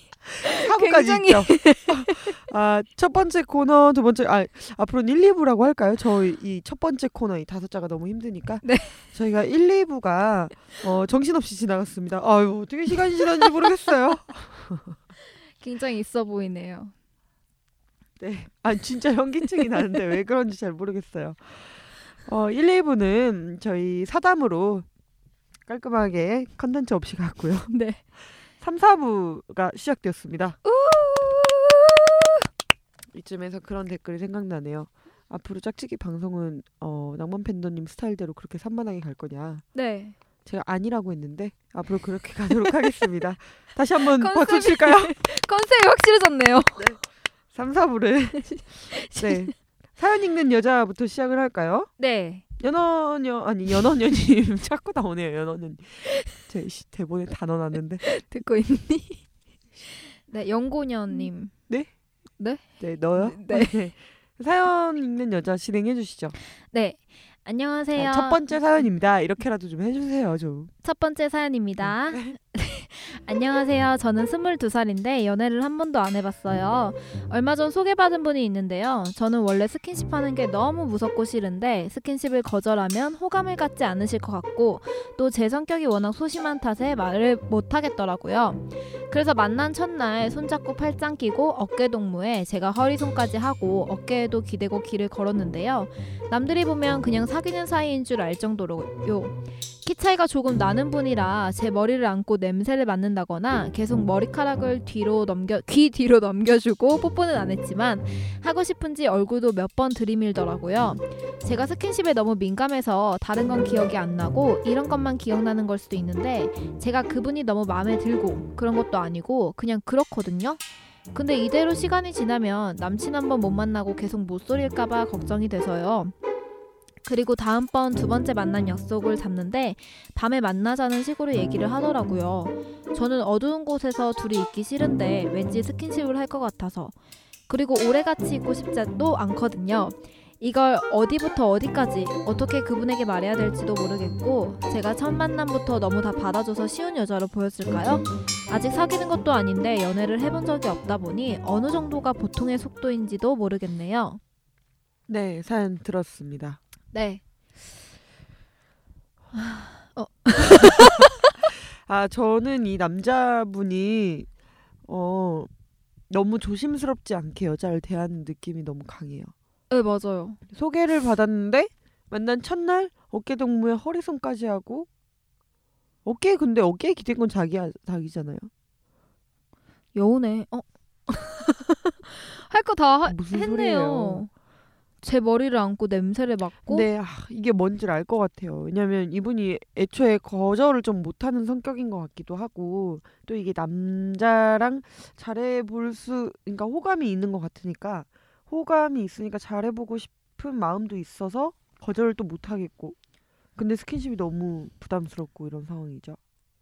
S1: 4부까지
S2: 굉장히-
S1: 있죠. 아첫 번째 코너, 두 번째 아 앞으로는 1, 2부라고 할까요? 저희 이 첫 번째 코너 이 다섯 자가 너무 힘드니까
S2: 네.
S1: 저희가 1, 2부가 어, 정신없이 지나갔습니다. 아유 어떻게 시간이 지났는지 모르겠어요.
S2: 굉장히 있어 보이네요.
S1: 네, 아 진짜 현기증이 나는데 왜 그런지 잘 모르겠어요. 어 1, 2부는 저희 사담으로 깔끔하게 컨텐츠 없이 갔고요.
S2: 네.
S1: 3, 4부가 시작되었습니다. 이쯤에서 그런 댓글이 생각나네요. 앞으로 짝짓기 방송은 어, 낭만 팬더님 스타일대로 그렇게 산만하게 갈 거냐?
S2: 네.
S1: 제가 아니라고 했는데 앞으로 그렇게 가도록 하겠습니다. 다시 한번
S2: 컨셉이-
S1: 박수 칠까요?
S2: 컨셉이 확실해졌네요.
S1: 3, 4부를 네. 사연 읽는 여자부터 시작을 할까요?
S2: 네.
S1: 연어녀 아니 연어녀님 자꾸 나오네요 연어녀님 제 씨, 대본에 단어 났는데
S2: 듣고 있니? 음. 네, 영고녀님.
S1: 네 너요?
S2: 네.
S1: 사연 읽는 여자 진행해 주시죠.
S2: 네. 안녕하세요.
S1: 아, 첫 번째 사연입니다. 이렇게라도 좀 해주세요. 좀.
S2: 첫 번째 사연입니다. 안녕하세요. 저는 22살인데 연애를 한 번도 안 해봤어요. 얼마 전 소개받은 분이 있는데요. 저는 원래 스킨십 하는 게 너무 무섭고 싫은데 스킨십을 거절하면 호감을 갖지 않으실 것 같고 또 제 성격이 워낙 소심한 탓에 말을 못 하겠더라고요. 그래서 만난 첫날 손잡고 팔짱 끼고 어깨 동무에 제가 허리손까지 하고 어깨에도 기대고 길을 걸었는데요. 남들이 보면 그냥 사귀는 사이인 줄 알 정도로요. 키 차이가 조금 나는 분이라 제 머리를 안고 냄새를 맡는다거나 계속 머리카락을 뒤로 넘겨 귀 뒤로 넘겨주고 뽀뽀는 안 했지만 하고 싶은지 얼굴도 몇 번 들이밀더라고요. 제가 스킨십에 너무 민감해서 다른 건 기억이 안 나고 이런 것만 기억나는 걸 수도 있는데 제가 그분이 너무 마음에 들고 그런 것도 아니고 그냥 그렇거든요. 근데 이대로 시간이 지나면 남친 한 번 못 만나고 계속 못소릴까봐 걱정이 돼서요. 그리고 다음번 두 번째 만난 약속을 잡는데 밤에 만나자는 식으로 얘기를 하더라고요. 저는 어두운 곳에서 둘이 있기 싫은데 왠지 스킨십을 할 것 같아서 그리고 오래 같이 있고 싶지도 않거든요. 이걸 어디부터 어디까지 어떻게 그분에게 말해야 될지도 모르겠고 제가 첫 만남부터 너무 다 받아줘서 쉬운 여자로 보였을까요? 아직 사귀는 것도 아닌데 연애를 해본 적이 없다 보니 어느 정도가 보통의 속도인지도 모르겠네요.
S1: 네, 사연 들었습니다.
S2: 네.
S1: 아, 저는 이 남자분이 어 너무 조심스럽지 않게 여자를 대하는 느낌이 너무 강해요.
S2: 네, 맞아요.
S1: 소개를 받았는데 만난 첫날 어깨 동무에 허리선까지 하고 어깨 근데 어깨에 기댄 건 자기 자기잖아요.
S2: 여우네. 어? 할 거 다
S1: 무슨 소리예요?
S2: 했네요. 제 머리를 안고 냄새를 맡고
S1: 근데 아, 이게 뭔지 알 것 같아요. 왜냐면 이분이 애초에 거절을 좀 못하는 성격인 것 같기도 하고 또 이게 남자랑 잘해볼 수, 그러니까 호감이 있는 것 같으니까 호감이 있으니까 잘해보고 싶은 마음도 있어서 거절을 또 못하겠고 근데 스킨십이 너무 부담스럽고 이런 상황이죠.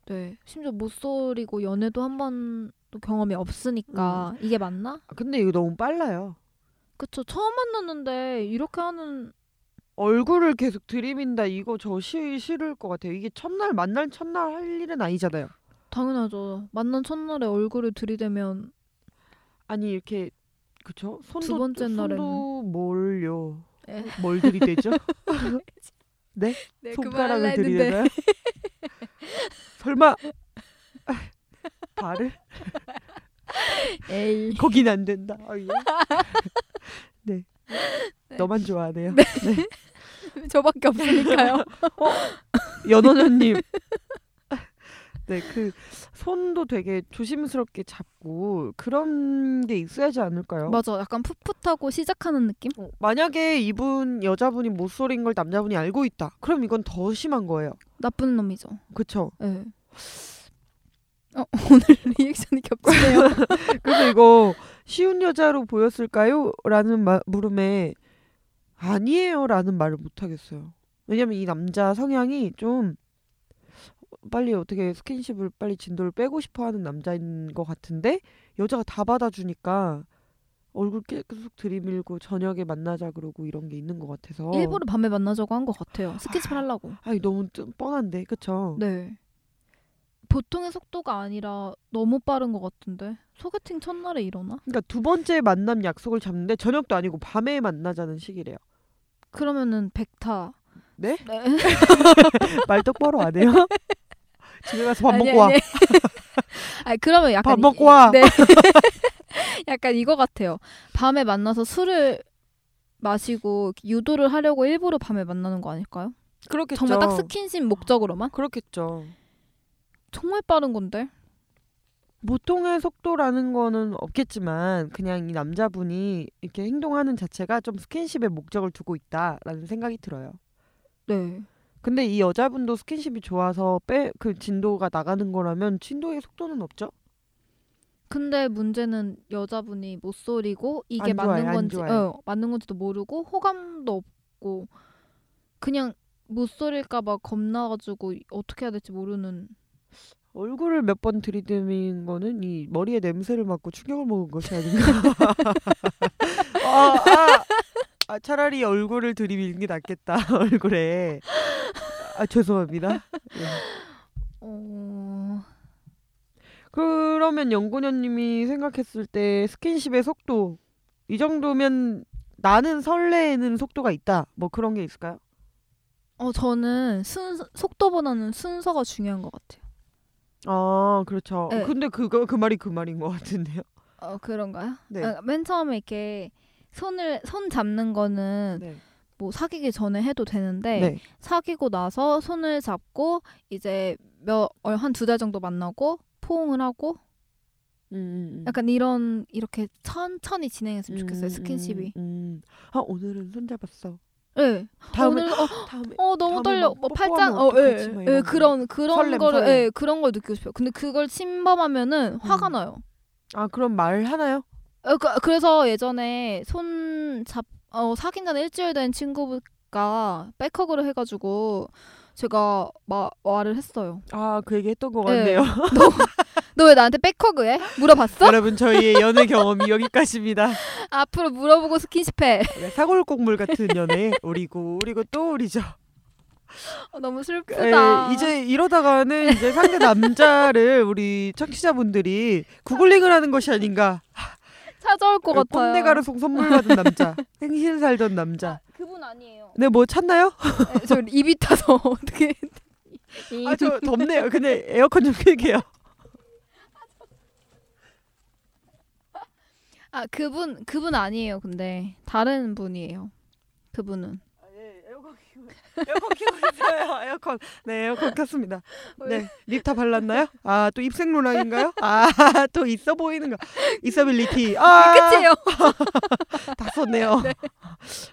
S2: 네. 심지어 못 소리고 연애도 한 번도 경험이 없으니까 이게 맞나?
S1: 아, 근데 이거 너무 빨라요.
S2: 그쵸. 처음 만났는데 이렇게 하는
S1: 얼굴을 계속 들이민다 이거 저 시, 싫을 것 같아요. 이게 첫날 만날 첫날 할 일은 아니잖아요.
S2: 당연하죠. 만난 첫날에 얼굴을 들이대면
S1: 아니 이렇게 그쵸? 손도
S2: 두 번째
S1: 손도
S2: 날에는.
S1: 뭘요?
S2: 에.
S1: 뭘 들이대죠? 네?
S3: 네,
S1: 손가락을
S3: 그만하려 했는데.
S1: 들이대나요? 설마 발을
S2: 에이.
S1: 거긴 안 된다. 아이고. 네. 너만 좋아하네요.
S2: 저밖에 없으니까요.
S1: 연원현님. 네, 그 손도 되게 조심스럽게 잡고 그런 게 있어야지 않을까요?
S2: 맞아. 약간 풋풋하고 시작하는 느낌?
S1: 어, 만약에 이분 여자분이 모쏠인 걸 남자분이 알고 있다. 그럼 이건 더 심한 거예요.
S2: 나쁜 놈이죠.
S1: 그쵸?
S2: 예. 어, 오늘 리액션이 겹치네요.
S1: 그래서 이거 쉬운 여자로 보였을까요? 라는 마- 물음에 아니에요 라는 말을 못하겠어요. 왜냐면 이 남자 성향이 좀 빨리 어떻게 스킨십을 빨리 진도를 빼고 싶어 하는 남자인 것 같은데 여자가 다 받아주니까 얼굴 계속 들이밀고 저녁에 만나자 그러고 이런 게 있는 것 같아서
S2: 일부러 밤에 만나자고 한 것 같아요. 스킨십 하려고.
S1: 어. 아니 너무 뜸- 뻔한데 그쵸?
S2: 네. 보통의 속도가 아니라 너무 빠른 것 같은데 소개팅 첫날에 이러나?
S1: 그러니까 두 번째 만남 약속을 잡는데 저녁도 아니고 밤에 만나자는 식이래요.
S2: 그러면은 백타.
S1: 네?
S2: 네.
S1: 말 똑바로 안 해요? 집에 가서 밥
S2: 아니,
S1: 먹고 와.
S2: 아니. 아니, 그러면 약간
S1: 밥
S2: 이-
S1: 먹고 와.
S2: 네. 약간 이거 같아요. 밤에 만나서 술을 마시고 유도를 하려고 일부러 밤에 만나는 거 아닐까요?
S1: 그렇겠죠.
S2: 정말 딱 스킨십 목적으로만?
S1: 그렇겠죠.
S2: 정말 빠른 건데.
S1: 보통의 속도라는 거는 없겠지만 그냥 이 남자분이 이렇게 행동하는 자체가 좀 스킨십의 목적을 두고 있다라는 생각이 들어요.
S2: 네.
S1: 근데 이 여자분도 스킨십이 좋아서 빼 그 진도가 나가는 거라면 진도의 속도는 없죠.
S2: 근데 문제는 여자분이 못 소리고 이게
S1: 안 좋아해,
S2: 맞는
S1: 안
S2: 건지
S1: 좋아해.
S2: 어, 맞는 건지도 모르고 호감도 없고 그냥 못 소릴까 봐 겁나가지고 어떻게 해야 될지 모르는
S1: 얼굴을 몇 번 들이대는 거는 이 머리에 냄새를 맡고 충격을 먹은 것이 아닌가. 아, 아, 아, 차라리 얼굴을 들이미는 게 낫겠다. 얼굴에. 아, 죄송합니다. 예.
S2: 어...
S1: 그러면 연구녀님이 생각했을 때 스킨십의 속도 이 정도면 나는 설레는 속도가 있다. 뭐 그런 게 있을까요?
S2: 어 저는 순 속도보다는 순서가 중요한 것 같아요.
S1: 아, 그렇죠.
S2: 네.
S1: 근데 그거 그 말이 그 말인 것 같은데요.
S2: 어 그런가요?
S1: 네.
S2: 아, 맨 처음에 이렇게 손을 손 잡는 거는
S1: 네.
S2: 뭐 사귀기 전에 해도 되는데 사귀고 나서 손을 잡고 이제 몇한두 달 정도 만나고 포옹을 하고
S1: 음, 음, 음.
S2: 약간 이런 이렇게 천천히 진행했으면 좋겠어요
S1: 음,
S2: 스킨십이.
S1: 음, 음. 아 오늘은 손잡았어.
S2: 네.
S1: 다음에
S2: 오늘 어,
S1: 다음에
S2: 어, 너무
S1: 다음에
S2: 떨려.
S1: 막
S2: 뭐
S1: 뽀뽀하면
S2: 팔짱 어 예.
S1: 어떡하지? 막
S2: 예,
S1: 이런 거.
S2: 그런 그런
S1: 설렘,
S2: 거를
S1: 설렘.
S2: 예, 그런 걸 느끼고 싶어요. 근데 그걸 침범하면은 화가
S1: 음.
S2: 나요.
S1: 아 그럼 말 하나요?
S2: 어, 그, 그래서 예전에 손잡 어, 사귄 간 일주일 된 친구 보니까 백허그를 해가지고 제가 마, 말을 했어요.
S1: 아, 그 얘기 했던 것
S2: 네.
S1: 같네요.
S2: 너 왜 나한테 백허그해? 물어봤어?
S1: 여러분, 저희의 연애 경험이 여기까지입니다.
S2: 앞으로 물어보고 스킨십해.
S1: 네, 사골국물 같은 연애, 우리고, 우리고 또 우리죠.
S2: 어, 너무
S1: 에,
S2: 슬프다.
S1: 예, 이제 이러다가는 이제 상대 남자를 우리 청취자분들이 구글링을 하는 것이 아닌가.
S2: 찾아올
S1: 그
S2: 것 같아요.
S1: 꼰대가루송 선물 받은 남자, 생신 살던 남자.
S2: 그분 아니에요.
S1: 네, 뭐 찾나요?
S2: 네, 저 입이 타서 어떻게?
S1: 아, 저 덥네요. 근데 에어컨 좀 킬게요.
S2: 아 그분 그분 아니에요. 근데 다른 분이에요. 그분은
S1: 에어컨 키고 에어컨 키고 있어요. 에어컨. 네, 에어컨 켰습니다. 네, 립타 발랐나요? 아, 또 입생 로랑인가요? 아, 또 있어 보이는 거. 있어빌리티. 아,
S2: 끝이에요.
S1: 다 썼네요.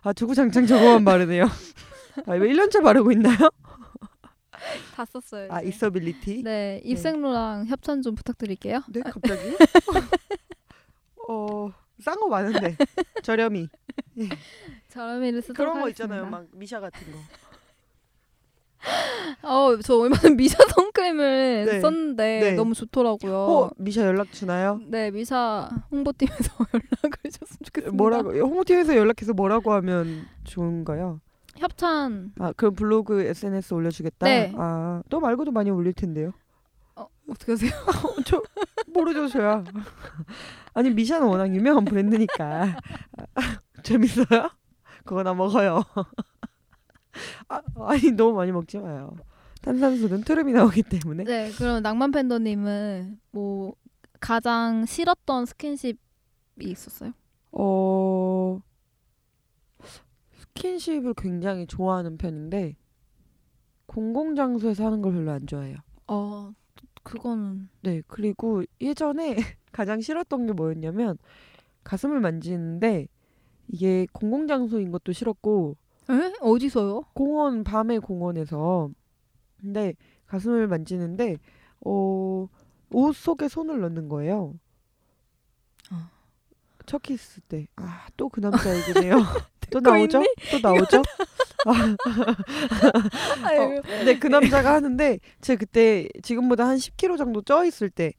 S1: 아, 주구장창 저거만 바르네요. 아, 왜 1년째 바르고 있나요?
S2: 다 썼어요.
S1: 아,
S2: 이제.
S1: 있어빌리티. 네,
S2: 네 입생로랑 협찬 좀 부탁드릴게요.
S1: 갑자기. 어, 싼 거 많은데. 저렴이.
S2: 저렴이를 쓰도록
S1: 그런 거
S2: 하겠습니다.
S1: 있잖아요. 막 미샤 같은 거.
S2: 어, 저 얼마 전 미샤 선크림을
S1: 네.
S2: 썼는데
S1: 네.
S2: 너무 좋더라고요.
S1: 어, 미샤 연락 주나요?
S2: 네, 미샤 홍보팀에서 연락을 주셨으면 좋겠습니다.
S1: 뭐라고 홍보팀에서 연락해서 뭐라고 하면 좋은가요?
S2: 협찬
S1: 아 그럼 블로그 SNS 올려주겠다.
S2: 네.
S1: 아너 말고도 많이 올릴 텐데요.
S2: 어떻게 하세요?
S1: 저 모르죠 저야. 아니 미샤는 워낙 유명한 브랜드니까 재밌어요? 그거나 먹어요. 아, 아니 너무 많이 먹지 마요. 탄산수는 트름이 나오기 때문에.
S2: 네, 그럼 낭만 팬더님은 뭐 가장 싫었던 스킨십이 있었어요?
S1: 어 스킨십을 굉장히 좋아하는 편인데 공공 장소에서 하는 걸 별로 안 좋아해요.
S2: 어, 그거는
S1: 네, 그리고 예전에 가장 싫었던 게 뭐였냐면 가슴을 만지는데 이게 공공장소인 것도 싫었고
S2: 에? 어디서요?
S1: 공원 밤에 공원에서 근데 가슴을 만지는데 어옷 속에 손을 넣는 거예요.
S2: 어.
S1: 첫 키스 때. 아, 또 그 남자 얘기네요. 또 나오죠? 또 나오죠?
S2: 아유,
S1: 근데 그 남자가 하는데 제가 그때 지금보다 한 10kg 정도 쪄 있을 때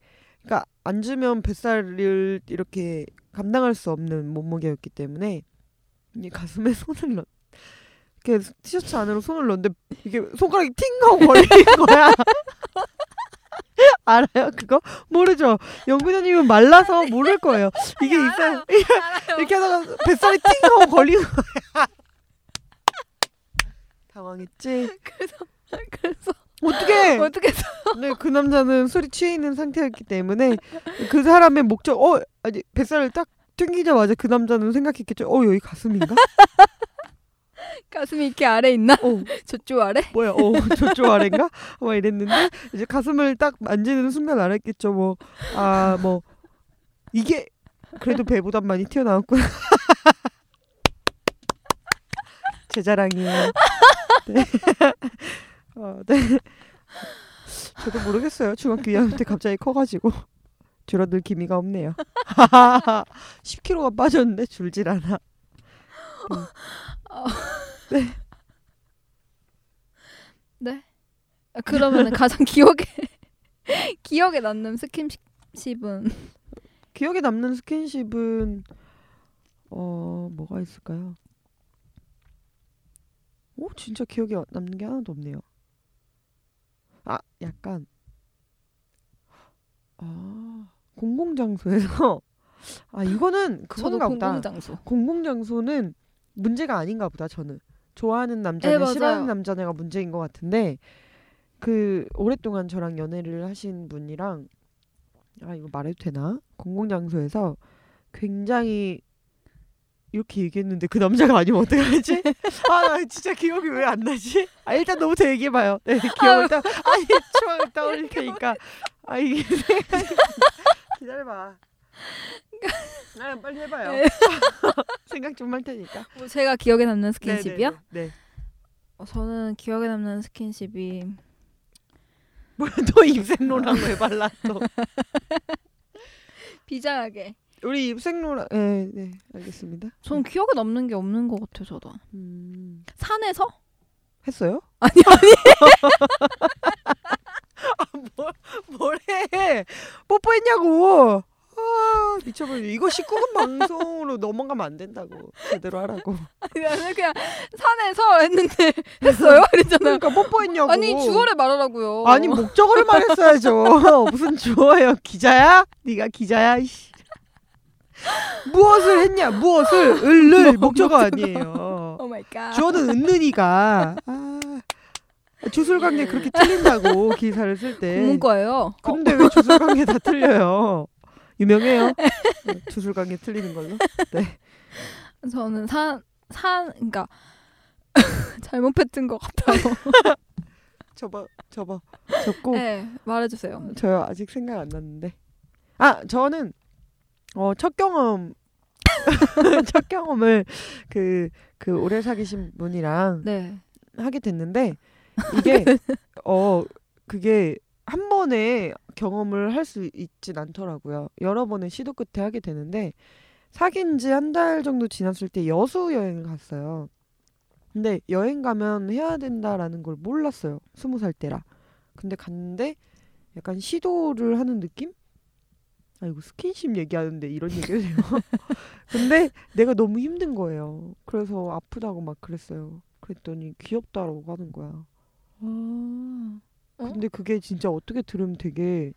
S1: 그러니까 앉으면 뱃살을 이렇게 감당할 수 없는 몸무게였기 때문에 이 가슴에 손을 넣 이렇게 티셔츠 안으로 손을 넣는데 이게 손가락이 팅 하고 걸린 거야. 알아요? 그거 모르죠. 연구자님은 말라서 모를 거예요. 이게
S2: 아니,
S1: 있어요.
S2: 알아요. 알아요.
S1: 이렇게 하다가 뱃살이 팅 하고 걸리는 거야. 당황했지?
S2: 그래서
S1: 어떻게?
S2: 어떻게
S1: 네, 그 남자는 술이 취해 있는 상태였기 때문에 그 사람의 목적, 어, 아니, 뱃살을 딱 튕기자마자 그 남자는 생각했겠죠. 어, 여기 가슴인가?
S2: 가슴이 이렇게 아래 있나?
S1: 어,
S2: 저쪽 아래?
S1: 뭐야, 어, 저쪽 아래인가? 막 이랬는데, 이제 가슴을 딱 만지는 순간 알았겠죠. 뭐, 아, 뭐, 이게 그래도 배보단 많이 튀어나왔구나. 제 자랑이에요. 네. 어, 네. 저도 모르겠어요. 중학교 2학년 때 갑자기 커가지고 줄어들 기미가 없네요. 10kg가 빠졌는데 줄질 않아.
S2: 아, 그러면은 가장 기억에 기억에 남는 스킨십은
S1: 기억에 남는 스킨십은 어 뭐가 있을까요? 오 진짜 기억에 남는 게 하나도 없네요. 아 약간 아 공공 장소에서 아 이거는
S2: 저도
S1: 그건가 보다.
S2: 공공장소.
S1: 공공 장소는 문제가 아닌가 보다 저는 좋아하는 남자냐
S2: 네, 맞아요.
S1: 싫어하는 남자냐가 문제인 것 같은데 그 오랫동안 저랑 연애를 하신 분이랑 아 이거 말해도 되나 공공 장소에서 굉장히 이렇게 얘기했는데 그 남자가 아니면 어떡하지? 아, 나 진짜 기억이 왜 안 나지? 아, 일단 너부터 얘기해봐요. 네, 기억을 딱, 아니, 추억을 떠올릴 테니까. 아, 이게 생각이. 기다려봐. 아, 빨리 해봐요. 생각 좀 할 테니까.
S2: 뭐 제가 기억에 남는 스킨십이요?
S1: 네. 네.
S2: 어, 저는 기억에 남는 스킨십이
S1: 아. 뭐야, 또 입생로랑 왜 발라, 또.
S2: 비장하게
S1: 우리 입생로라. 네, 네, 알겠습니다.
S2: 전 기억에 남는 게 없는 것 같아서 나
S1: 음,
S2: 산에서
S1: 했어요?
S2: 아니 아니
S1: 아, 뭐래? 뽀뽀했냐고. 아, 미쳐버려. 이거 19금 방송으로 넘어가면 안 된다고. 제대로 하라고.
S2: 나는 그냥 산에서 했는데 했어요 이랬잖아요.
S1: 그러니까 뽀뽀했냐고.
S2: 아니 주어를 말하라고요.
S1: 아니 뭐. 목적어를 말했어야죠. 무슨 주어예요? 기자야? 네가 기자야? 이씨. 무엇을 했냐? 무엇을 을를 뭐, 목적어 아니에요.
S2: 오 마이 갓.
S1: 주어는 은는이가 아, 주술관계 그렇게 틀린다고 기사를 쓸 때.
S2: 문과예요.
S1: 근데 왜 주술관계 다 틀려요? 유명해요. 네, 주술관계 틀리는 걸로.
S2: 저는 산, 산, 그니까, 잘못 뱉은 것 같아요.
S1: 접어, 접어, 접고.
S2: 네, 말해주세요.
S1: 저요 아직 생각 안 났는데. 아 저는 어, 첫 경험 첫 경험을 그 그 오래 사귀신 분이랑
S2: 네.
S1: 하게 됐는데 이게 어 그게 한 번에 경험을 할 수 있진 않더라고요. 여러 번의 시도 끝에 하게 되는데 사귄 지 한 달 정도 지났을 때 여수 여행을 갔어요. 근데 여행 가면 해야 된다라는 걸 몰랐어요. 스무 살 때라. 근데 갔는데 약간 시도를 하는 느낌? 아이고 스킨십 얘기하는데 이런 얘기를 해요. 근데 내가 너무 힘든 거예요. 그래서 아프다고 막 그랬어요. 그랬더니 귀엽다라고 하는 거야. 아.
S2: 어?
S1: 근데 그게 진짜 어떻게 들으면 되게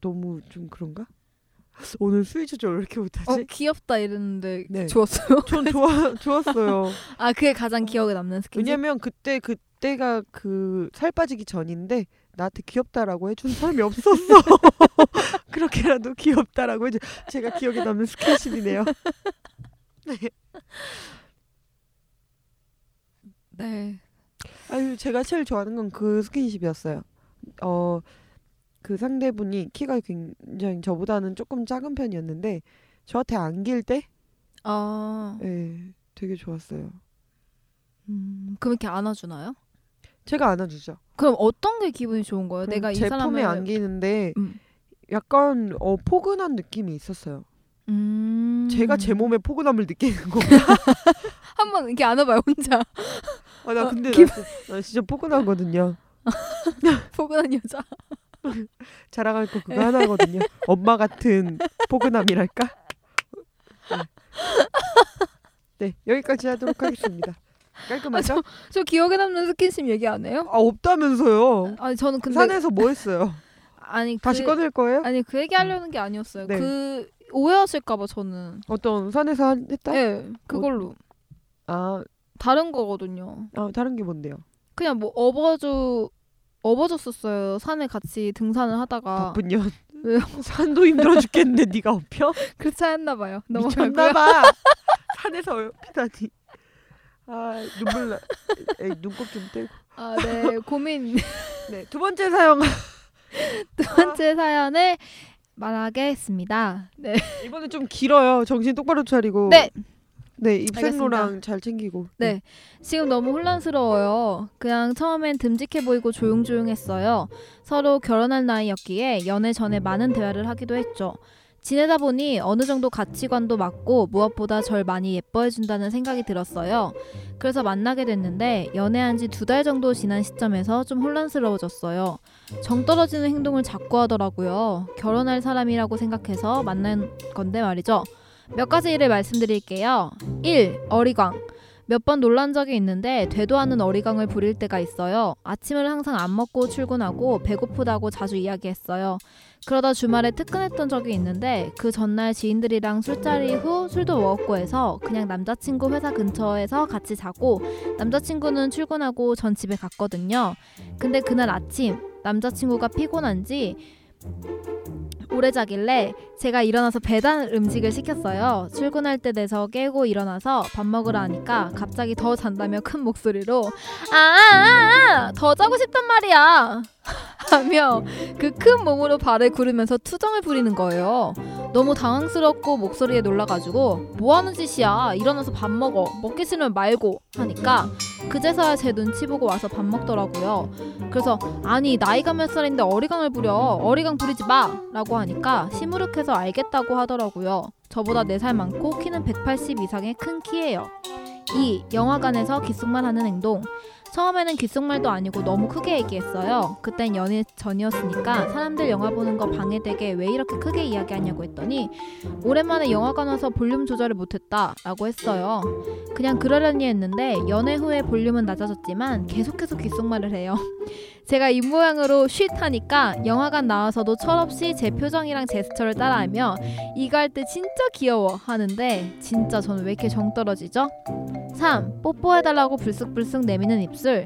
S1: 너무 좀 그런가? 오늘 수위 조절 왜 이렇게 못하지?
S2: 어, 귀엽다 이랬는데,
S1: 네.
S2: 좋았어요?
S1: 전 좋아 좋았어요.
S2: 아, 그게 가장 기억에 남는 스킨십.
S1: 왜냐면 그때 그때가 그 살 빠지기 전인데 나한테 귀엽다라고 해준 사람이 없었어. 그렇게라도 귀엽다라고 해줘. 제가 기억에 남는 스킨십이네요.
S2: 네.
S1: 아유 제가 제일 좋아하는 건 그 스킨십이었어요. 어 그 상대분이 키가 굉장히 저보다는 조금 작은 편이었는데 저한테 안길 때,
S2: 아,
S1: 예, 되게 좋았어요.
S2: 음, 그럼 이렇게 안아주나요?
S1: 제가 안아주죠.
S2: 그럼 어떤 게 기분이 좋은 거예요?
S1: 그럼
S2: 내가 이
S1: 제품에
S2: 사람을.
S1: 안기는데
S2: 음.
S1: 약간 어, 포근한 느낌이 있었어요.
S2: 음.
S1: 제가 제 몸에 포근함을 느끼는 건가?
S2: 한번 이렇게 안아봐요, 혼자.
S1: 아, 나
S2: 어,
S1: 근데 나,
S2: 기분-
S1: 진- 나 진짜 포근하거든요.
S2: 포근한 여자.
S1: 자랑할 거 그거 하나거든요. 엄마 같은 포근함이랄까? 네. 네, 여기까지 하도록 하겠습니다. 깔끔하죠?
S2: 저 기억에 남는 스킨십 얘기 안 해요?
S1: 아 없다면서요.
S2: 아니, 저는 근데.
S1: 산에서 뭐 했어요?
S2: 아니,
S1: 다시
S2: 그...
S1: 꺼낼 거예요? 음.
S2: 아니 그 얘기 하려는 게 아니었어요.
S1: 네.
S2: 그 오해하실까봐 저는
S1: 어떤 산에서 한- 했다?
S2: 예 그걸로
S1: 아,
S2: 다른 거거든요.
S1: 아 다른 게 뭔데요?
S2: 그냥 뭐 업어주 업어줬었어요. 산에 같이 등산을 하다가
S1: 바쁜 년.
S2: 아. 왜요?
S1: 산도 힘들어 죽겠는데 네가 업혀?
S2: 그렇지 했나봐요. 너무
S1: 미쳤나봐. 산에서 업히다니. 아 눈물 나. 에이, 눈곱 좀 떼고.
S2: 아네 고민
S1: 네, 두 번째 사용.
S2: 두 번째 사연을 말하겠습니다. 네
S1: 이번엔 좀 길어요. 정신 똑바로 차리고.
S2: 네.
S1: 네, 입생로랑 잘 챙기고.
S2: 네. 지금 너무 혼란스러워요. 그냥 처음엔 듬직해 보이고 조용조용했어요. 서로 결혼할 나이였기에 연애 전에 많은 대화를 하기도 했죠. 지내다 보니 어느 정도 가치관도 맞고 무엇보다 절 많이 예뻐해준다는 생각이 들었어요. 그래서 만나게 됐는데 연애한 지 두 달 정도 지난 시점에서 좀 혼란스러워졌어요. 정 떨어지는 행동을 자꾸 하더라고요. 결혼할 사람이라고 생각해서 만난 건데 말이죠. 몇 가지 일을 말씀드릴게요. 1. 어리광. 몇 번 놀란 적이 있는데 되도 않은 어리광을 부릴 때가 있어요. 아침을 항상 안 먹고 출근하고 배고프다고 자주 이야기했어요. 그러다 주말에 특근했던 적이 있는데 그 전날 지인들이랑 술자리 후 술도 먹었고 해서 그냥 남자친구 회사 근처에서 같이 자고 남자친구는 출근하고 전 집에 갔거든요. 근데 그날 아침 남자친구가 피곤한지 오래 자길래 제가 일어나서 배달 음식을 시켰어요. 출근할 때 돼서 깨고 일어나서 밥 먹으러 하니까 갑자기 더 잔다며 큰 목소리로 아, 아아아아 더 자고 싶단 말이야 하며 그 큰 몸으로 발을 구르면서 투정을 부리는 거예요. 너무 당황스럽고 목소리에 놀라가지고 뭐하는 짓이야 일어나서 밥 먹어 먹기 싫으면 말고 하니까 그제서야 제 눈치 보고 와서 밥 먹더라고요 그래서 아니 나이가 몇 살인데 어리광을 부려 어리광 부리지 마 라고 하니까 시무룩해서 알겠다고 하더라고요 저보다 4살 많고 키는 180 이상의 큰 키예요 2. 영화관에서 귓속말 하는 행동 처음에는 귓속말도 아니고 너무 크게 얘기했어요. 그땐 연애 전이었으니까 사람들 영화 보는 거 방해되게 왜 이렇게 크게 이야기하냐고 했더니 오랜만에 영화관 와서 볼륨 조절을 못했다라고 했어요. 그냥 그러려니 했는데 연애 후에 볼륨은 낮아졌지만 계속해서 귓속말을 해요. 제가 입 모양으로 쉿 하니까 영화관 나와서도 철없이 제 표정이랑 제스처를 따라하며 이거 할 때 진짜 귀여워 하는데 진짜 저는 왜 이렇게 정 떨어지죠? 3. 뽀뽀해달라고 불쑥불쑥 내미는 입술.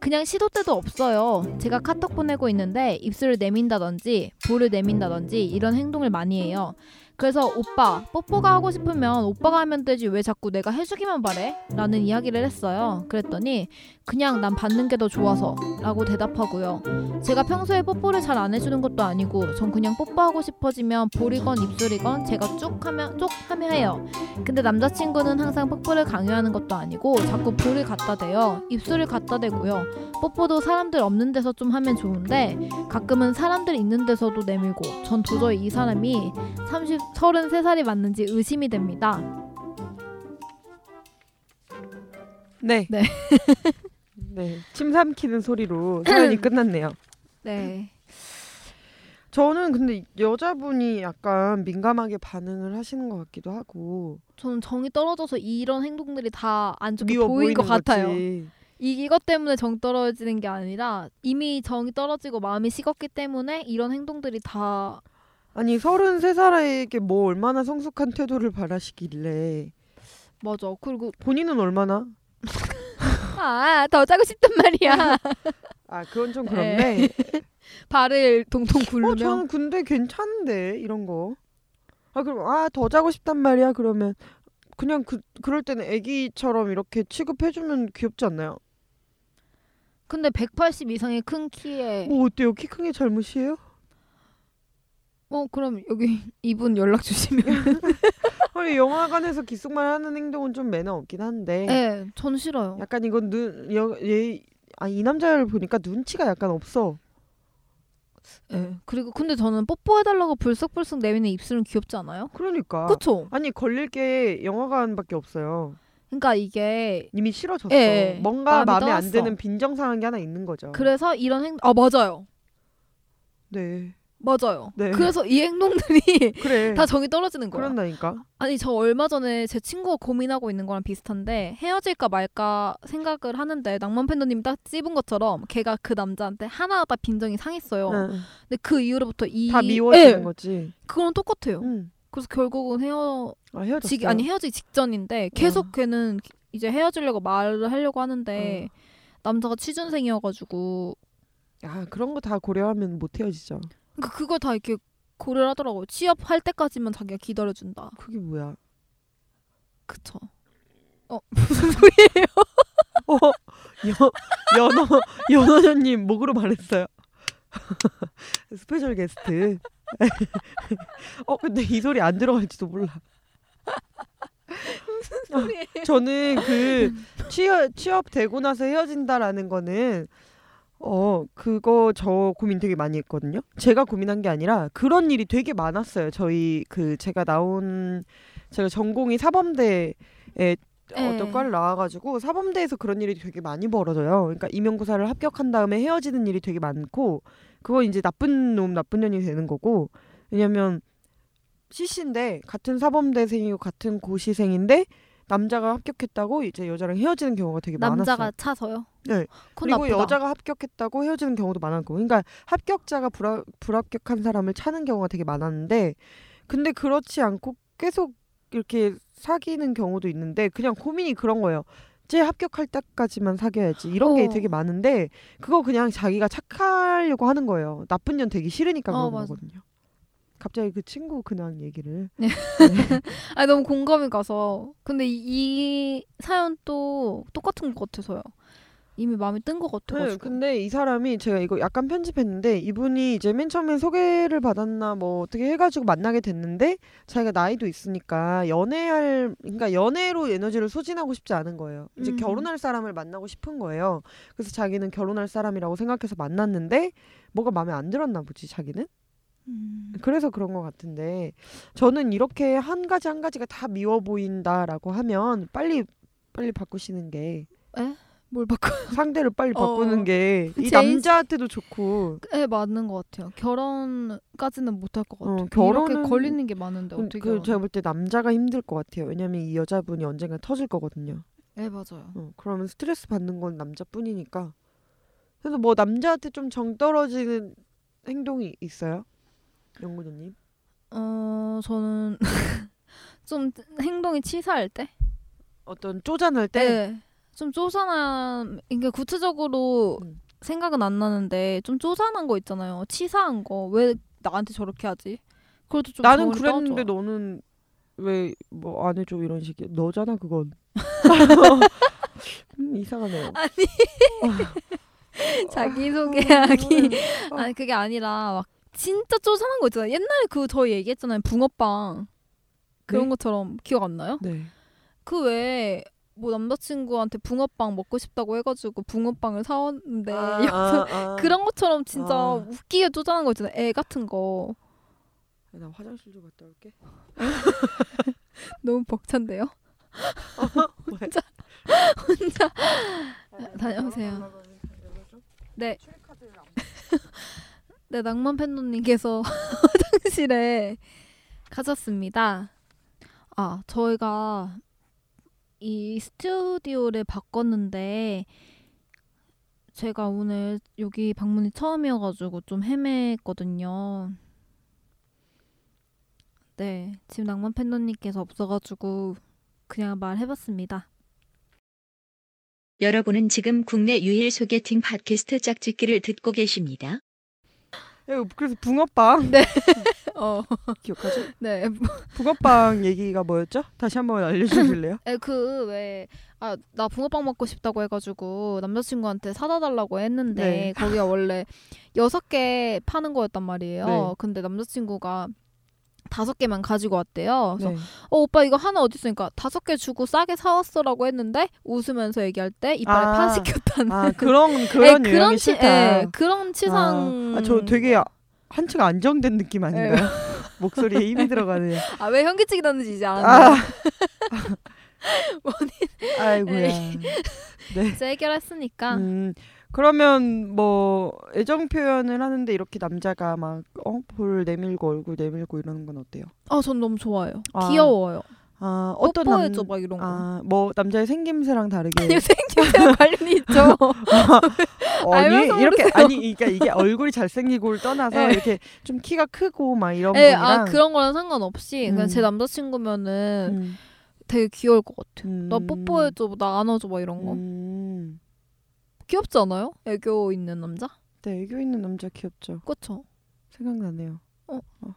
S2: 그냥 시도 때도 없어요. 제가 카톡 보내고 있는데 입술을 내민다든지 볼을 내민다든지 이런 행동을 많이 해요. 그래서 오빠, 뽀뽀가 하고 싶으면 오빠가 하면 되지 왜 자꾸 내가 해주기만 바래? 라는 이야기를 했어요. 그랬더니 그냥 난 받는 게 더 좋아서 라고 대답하고요. 제가 평소에 뽀뽀를 잘 안 해주는 것도 아니고 전 그냥 뽀뽀하고 싶어지면 볼이건 입술이건 제가 쭉 하면 쭉 하면 해요. 근데 남자친구는 항상 뽀뽀를 강요하는 것도 아니고 자꾸 볼을 갖다 대요. 입술을 갖다 대고요. 뽀뽀도 사람들 없는 데서 좀 하면 좋은데 가끔은 사람들 있는 데서도 내밀고 전 도저히 이 사람이 30, 33살이 맞는지 의심이 됩니다.
S1: 네.
S2: 네.
S1: 네. 침 삼키는 소리로 사연이 끝났네요.
S2: 네.
S1: 저는 근데 여자분이 약간 민감하게 반응을 하시는 것 같기도 하고
S2: 저는 정이 떨어져서 이런 행동들이 다 안 좋게
S1: 미워
S2: 보인
S1: 보이는
S2: 것 같아요.
S1: 거지.
S2: 이, 이것 때문에 정 떨어지는 게 아니라 이미 정이 떨어지고 마음이 식었기 때문에 이런 행동들이 다
S1: 아니 서른세 살에게 뭐 얼마나 성숙한 태도를 바라시길래
S2: 맞아. 그리고
S1: 본인은 얼마나
S2: 아더 자고 싶단 말이야.
S1: 아 그건
S2: 네.
S1: 좀 그런데
S2: 발을 동동
S1: 어
S2: 굴르며
S1: 저는 근데 괜찮은데 이런 거아 그럼 아 더 자고 싶단 말이야 그러면 그냥 그 그럴 때는 애기처럼 이렇게 취급해주면 귀엽지 않나요?
S2: 근데 180 이상의 큰 키에
S1: 뭐 어때요 키 큰 게 잘못이에요?
S2: 어 그럼 여기 이분 연락 주시면
S1: 아니 영화관에서 기숙말 하는 행동은 좀 매너 없긴 한데
S2: 예, 네전 싫어요
S1: 약간 이건 눈얘아이 남자를 보니까 눈치가 약간 없어.
S2: 네. 그리고 근데 저는 뽀뽀해달라고 불쑥불쑥 내미는 입술은 귀엽지 않아요?
S1: 그러니까
S2: 그쵸?
S1: 아니 걸릴 게 영화관밖에 없어요.
S2: 그러니까 이게
S1: 이미 싫어졌어.
S2: 예, 예.
S1: 뭔가
S2: 마음이
S1: 마음에 안
S2: 떠났어.
S1: 드는 빈정상한 게 하나 있는 거죠.
S2: 그래서 이런 행아 맞아요
S1: 네
S2: 맞아요
S1: 네.
S2: 그래서 이 행동들이
S1: 그래
S2: 다 정이 떨어지는 거예요
S1: 그런다니까.
S2: 아니 저 얼마 전에 제 친구가 고민하고 있는 거랑 비슷한데 헤어질까 말까 생각을 하는데 낭만 팬더님이 딱 찝은 것처럼 걔가 그 남자한테 하나 딱 빈정이 상했어요
S1: 응.
S2: 근데 그 이후로부터 이
S1: 네. 다 미워지는
S2: 예,
S1: 거지.
S2: 그거랑 똑같아요.
S1: 응.
S2: 그래서 결국은 헤어지기
S1: 아 헤어졌어.
S2: 아니 헤어지기
S1: 네.
S2: 직전인데 계속 걔는 이제 헤어지려고 말을 하려고
S1: 음.
S2: 하는데 남자가 취준생이어가지고
S1: 아 그런 거 다 고려하면 못 헤어지죠.
S2: 그러니까 그걸 다 이렇게 고려를 하더라고요. 취업할 때까지만 자기가 기다려준다.
S1: 그게 뭐야?
S2: 그쵸? 어 무슨 소리예요?
S1: 어, 여, 연어 연어녀님 목으로 말했어요. 스페셜 게스트. 어 근데 이 소리 안 들어갈지도 몰라. 저는 그 취업 취업 되고 나서 헤어진다라는 거는 어 그거 저 고민 되게 많이 했거든요. 제가 고민한 게 아니라 그런 일이 되게 많았어요. 저희 그 제가 나온 제가 전공이 사범대에
S2: 예.
S1: 어떤 과를 나와가지고 사범대에서 그런 일이 되게 많이 벌어져요. 그러니까 임용고사를 합격한 다음에 헤어지는 일이 되게 많고 그건 이제 나쁜 놈 나쁜 년이 되는 거고 왜냐면 CC인데 같은 사범대생이고 같은 고시생인데 남자가 합격했다고 이제 여자랑 헤어지는 경우가 되게
S2: 남자가
S1: 많았어요.
S2: 차서요?
S1: 네.
S2: 그건
S1: 그리고
S2: 나쁘다.
S1: 여자가 합격했다고 헤어지는 경우도 많았고, 그러니까 합격자가 불합, 불합격한 사람을 차는 경우가 되게 많았는데, 근데 그렇지 않고 계속 이렇게 사귀는 경우도 있는데 그냥 고민이 그런 거예요. 제 합격할 때까지만 사귀어야지 이런 게
S2: 어.
S1: 되게 많은데 그거 그냥 자기가 착하려고 하는 거예요. 나쁜 년 되기 싫으니까
S2: 어,
S1: 그런
S2: 맞아.
S1: 거거든요. 갑자기 그 친구 근황 얘기를
S2: 아니 너무 공감이 가서 근데 이, 이 사연 또 똑같은 것 같아서요. 이미 마음이 뜬 것 같아가지고.
S1: 네, 근데 이 사람이 제가 이거 약간 편집했는데 이분이 이제 맨 처음에 소개를 받았나 뭐 어떻게 해가지고 만나게 됐는데 자기가 나이도 있으니까 연애할 그러니까 연애로 에너지를 소진하고 싶지 않은 거예요. 이제
S2: 음.
S1: 결혼할 사람을 만나고 싶은 거예요. 그래서 자기는 결혼할 사람이라고 생각해서 만났는데 뭐가 마음에 안 들었나 보지 자기는.
S2: 음.
S1: 그래서 그런 것 같은데 저는 이렇게 한 가지 한 가지가 다 미워 보인다라고 하면 빨리 빨리 바꾸시는 게
S2: 뭘 바꿔?
S1: 상대를 빨리
S2: 어.
S1: 바꾸는 게 이
S2: 제일-
S1: 남자한테도 좋고
S2: 에 네, 맞는 것 같아요. 결혼까지는 못할 것 같아요.
S1: 어,
S2: 이렇게
S1: 결혼은-
S2: 걸리는 게 많은데 어떻게?
S1: 그 제가 볼 때 남자가 힘들 것 같아요. 왜냐면 이 여자분이 언젠가 터질 거거든요.
S2: 에 네, 맞아요.
S1: 어, 그러면 스트레스 받는 건 남자뿐이니까. 그래서 뭐 남자한테 좀 정 떨어지는 행동이 있어요? 연구자님?
S2: 어 저는 좀 행동이 치사할 때.
S1: 어떤 쪼잔할 때?
S2: 네. 좀 쪼잔한 그러니까 구체적으로
S1: 음.
S2: 생각은 안 나는데 좀 쪼잔한 거 있잖아요. 치사한 거 왜 나한테 저렇게 하지? 그것도 좀
S1: 나는
S2: 저를 떠줘.
S1: 그랬는데 너는 왜 뭐 안 해줘 이런 식이야. 너잖아 그건. 음, 이상하네요.
S2: 아, 자기 소개하기.
S1: 어.
S2: 아니 그게 아니라 막 진짜 쪼잔한 거 있잖아요. 옛날에 그 저 얘기했잖아요. 붕어빵 그런
S1: 네?
S2: 것처럼 기억 안 나요?
S1: 네.
S2: 그 외에 뭐 남자친구한테 붕어빵 먹고 싶다고 해가지고 붕어빵을 사왔는데
S1: 아, 아.
S2: 네, 그런 것처럼 진짜
S1: 아.
S2: 웃기게 쪼잔한 거 있잖아요. 애 같은 거
S1: 나 화장실 좀 갔다 올게.
S2: 너무 벅찬데요. 혼자 혼자 다녀오세요. 네. 네 낭만 팬노님께서 화장실에 가셨습니다. 아 저희가 이 스튜디오를 바꿨는데 제가 오늘 여기 방문이 처음이어가지고 좀 헤맸거든요. 네 지금 낭만 팬노님께서 없어가지고 그냥 말해봤습니다.
S4: 여러분은 지금 국내 유일 소개팅 팟캐스트 짝짓기를 듣고 계십니다.
S1: 야, 예, 그래서 붕어빵
S2: 어,
S1: 기억하죠?
S2: 네.
S1: 붕어빵 얘기가 뭐였죠? 다시 한번 알려주실래요?
S2: 그 왜 아 나 붕어빵 먹고 싶다고 해가지고 남자친구한테 사다 달라고 했는데
S1: 네.
S2: 거기가 원래 여섯 개 파는 거였단 말이에요.
S1: 네.
S2: 근데 남자친구가 다섯 개만 가지고 왔대요. 그래서
S1: 네.
S2: 어 오빠 이거 하나 어디 있으니까 다섯 개 주고 싸게 사왔어라고 했는데 웃으면서 얘기할 때 이빨에
S1: 아.
S2: 파시켰다는
S1: 아 그런 그런
S2: 예,
S1: 유형이
S2: 치-
S1: 싫다.
S2: 예, 그런 치상 뭐. 네.
S1: 아, 저 되게 한층 안정된 느낌 아닌가요? 목소리에 힘이 들어가네요.
S2: 아 왜 현기증이 나는지 이제 알았네.
S1: 아.
S2: 뭐니?
S1: 아이고야. 네.
S2: 이제 해결했으니까
S1: 음, 그러면 뭐 애정 표현을 하는데 이렇게 남자가 막어볼 내밀고 얼굴 내밀고 이러는 건 어때요?
S2: 아 전 너무 좋아요.
S1: 아.
S2: 귀여워요.
S1: 아 어떤 남
S2: 뽀뽀해줘 막 이런 거.
S1: 아, 뭐 남자의 생김새랑 다르게
S2: 아니 생김새와 관련이 있죠. 알면서
S1: 아니 이렇게
S2: 모르세요.
S1: 아니 그러니까 이게 얼굴이 잘생기고를 떠나서
S2: 네.
S1: 이렇게 좀 키가 크고 막 이런
S2: 예,
S1: 분이랑
S2: 아 그런 거랑 상관없이 그냥
S1: 음.
S2: 제 남자친구면은
S1: 음,
S2: 되게 귀여울 것 같아요.
S1: 음.
S2: 나 뽀뽀해줘, 뭐 나 안아줘 막 이런 거.
S1: 음.
S2: 귀엽지 않아요? 애교 있는 남자?
S1: 네, 애교 있는 남자 귀엽죠.
S2: 그쵸?
S1: 생각나네요.
S2: 어.
S1: 어.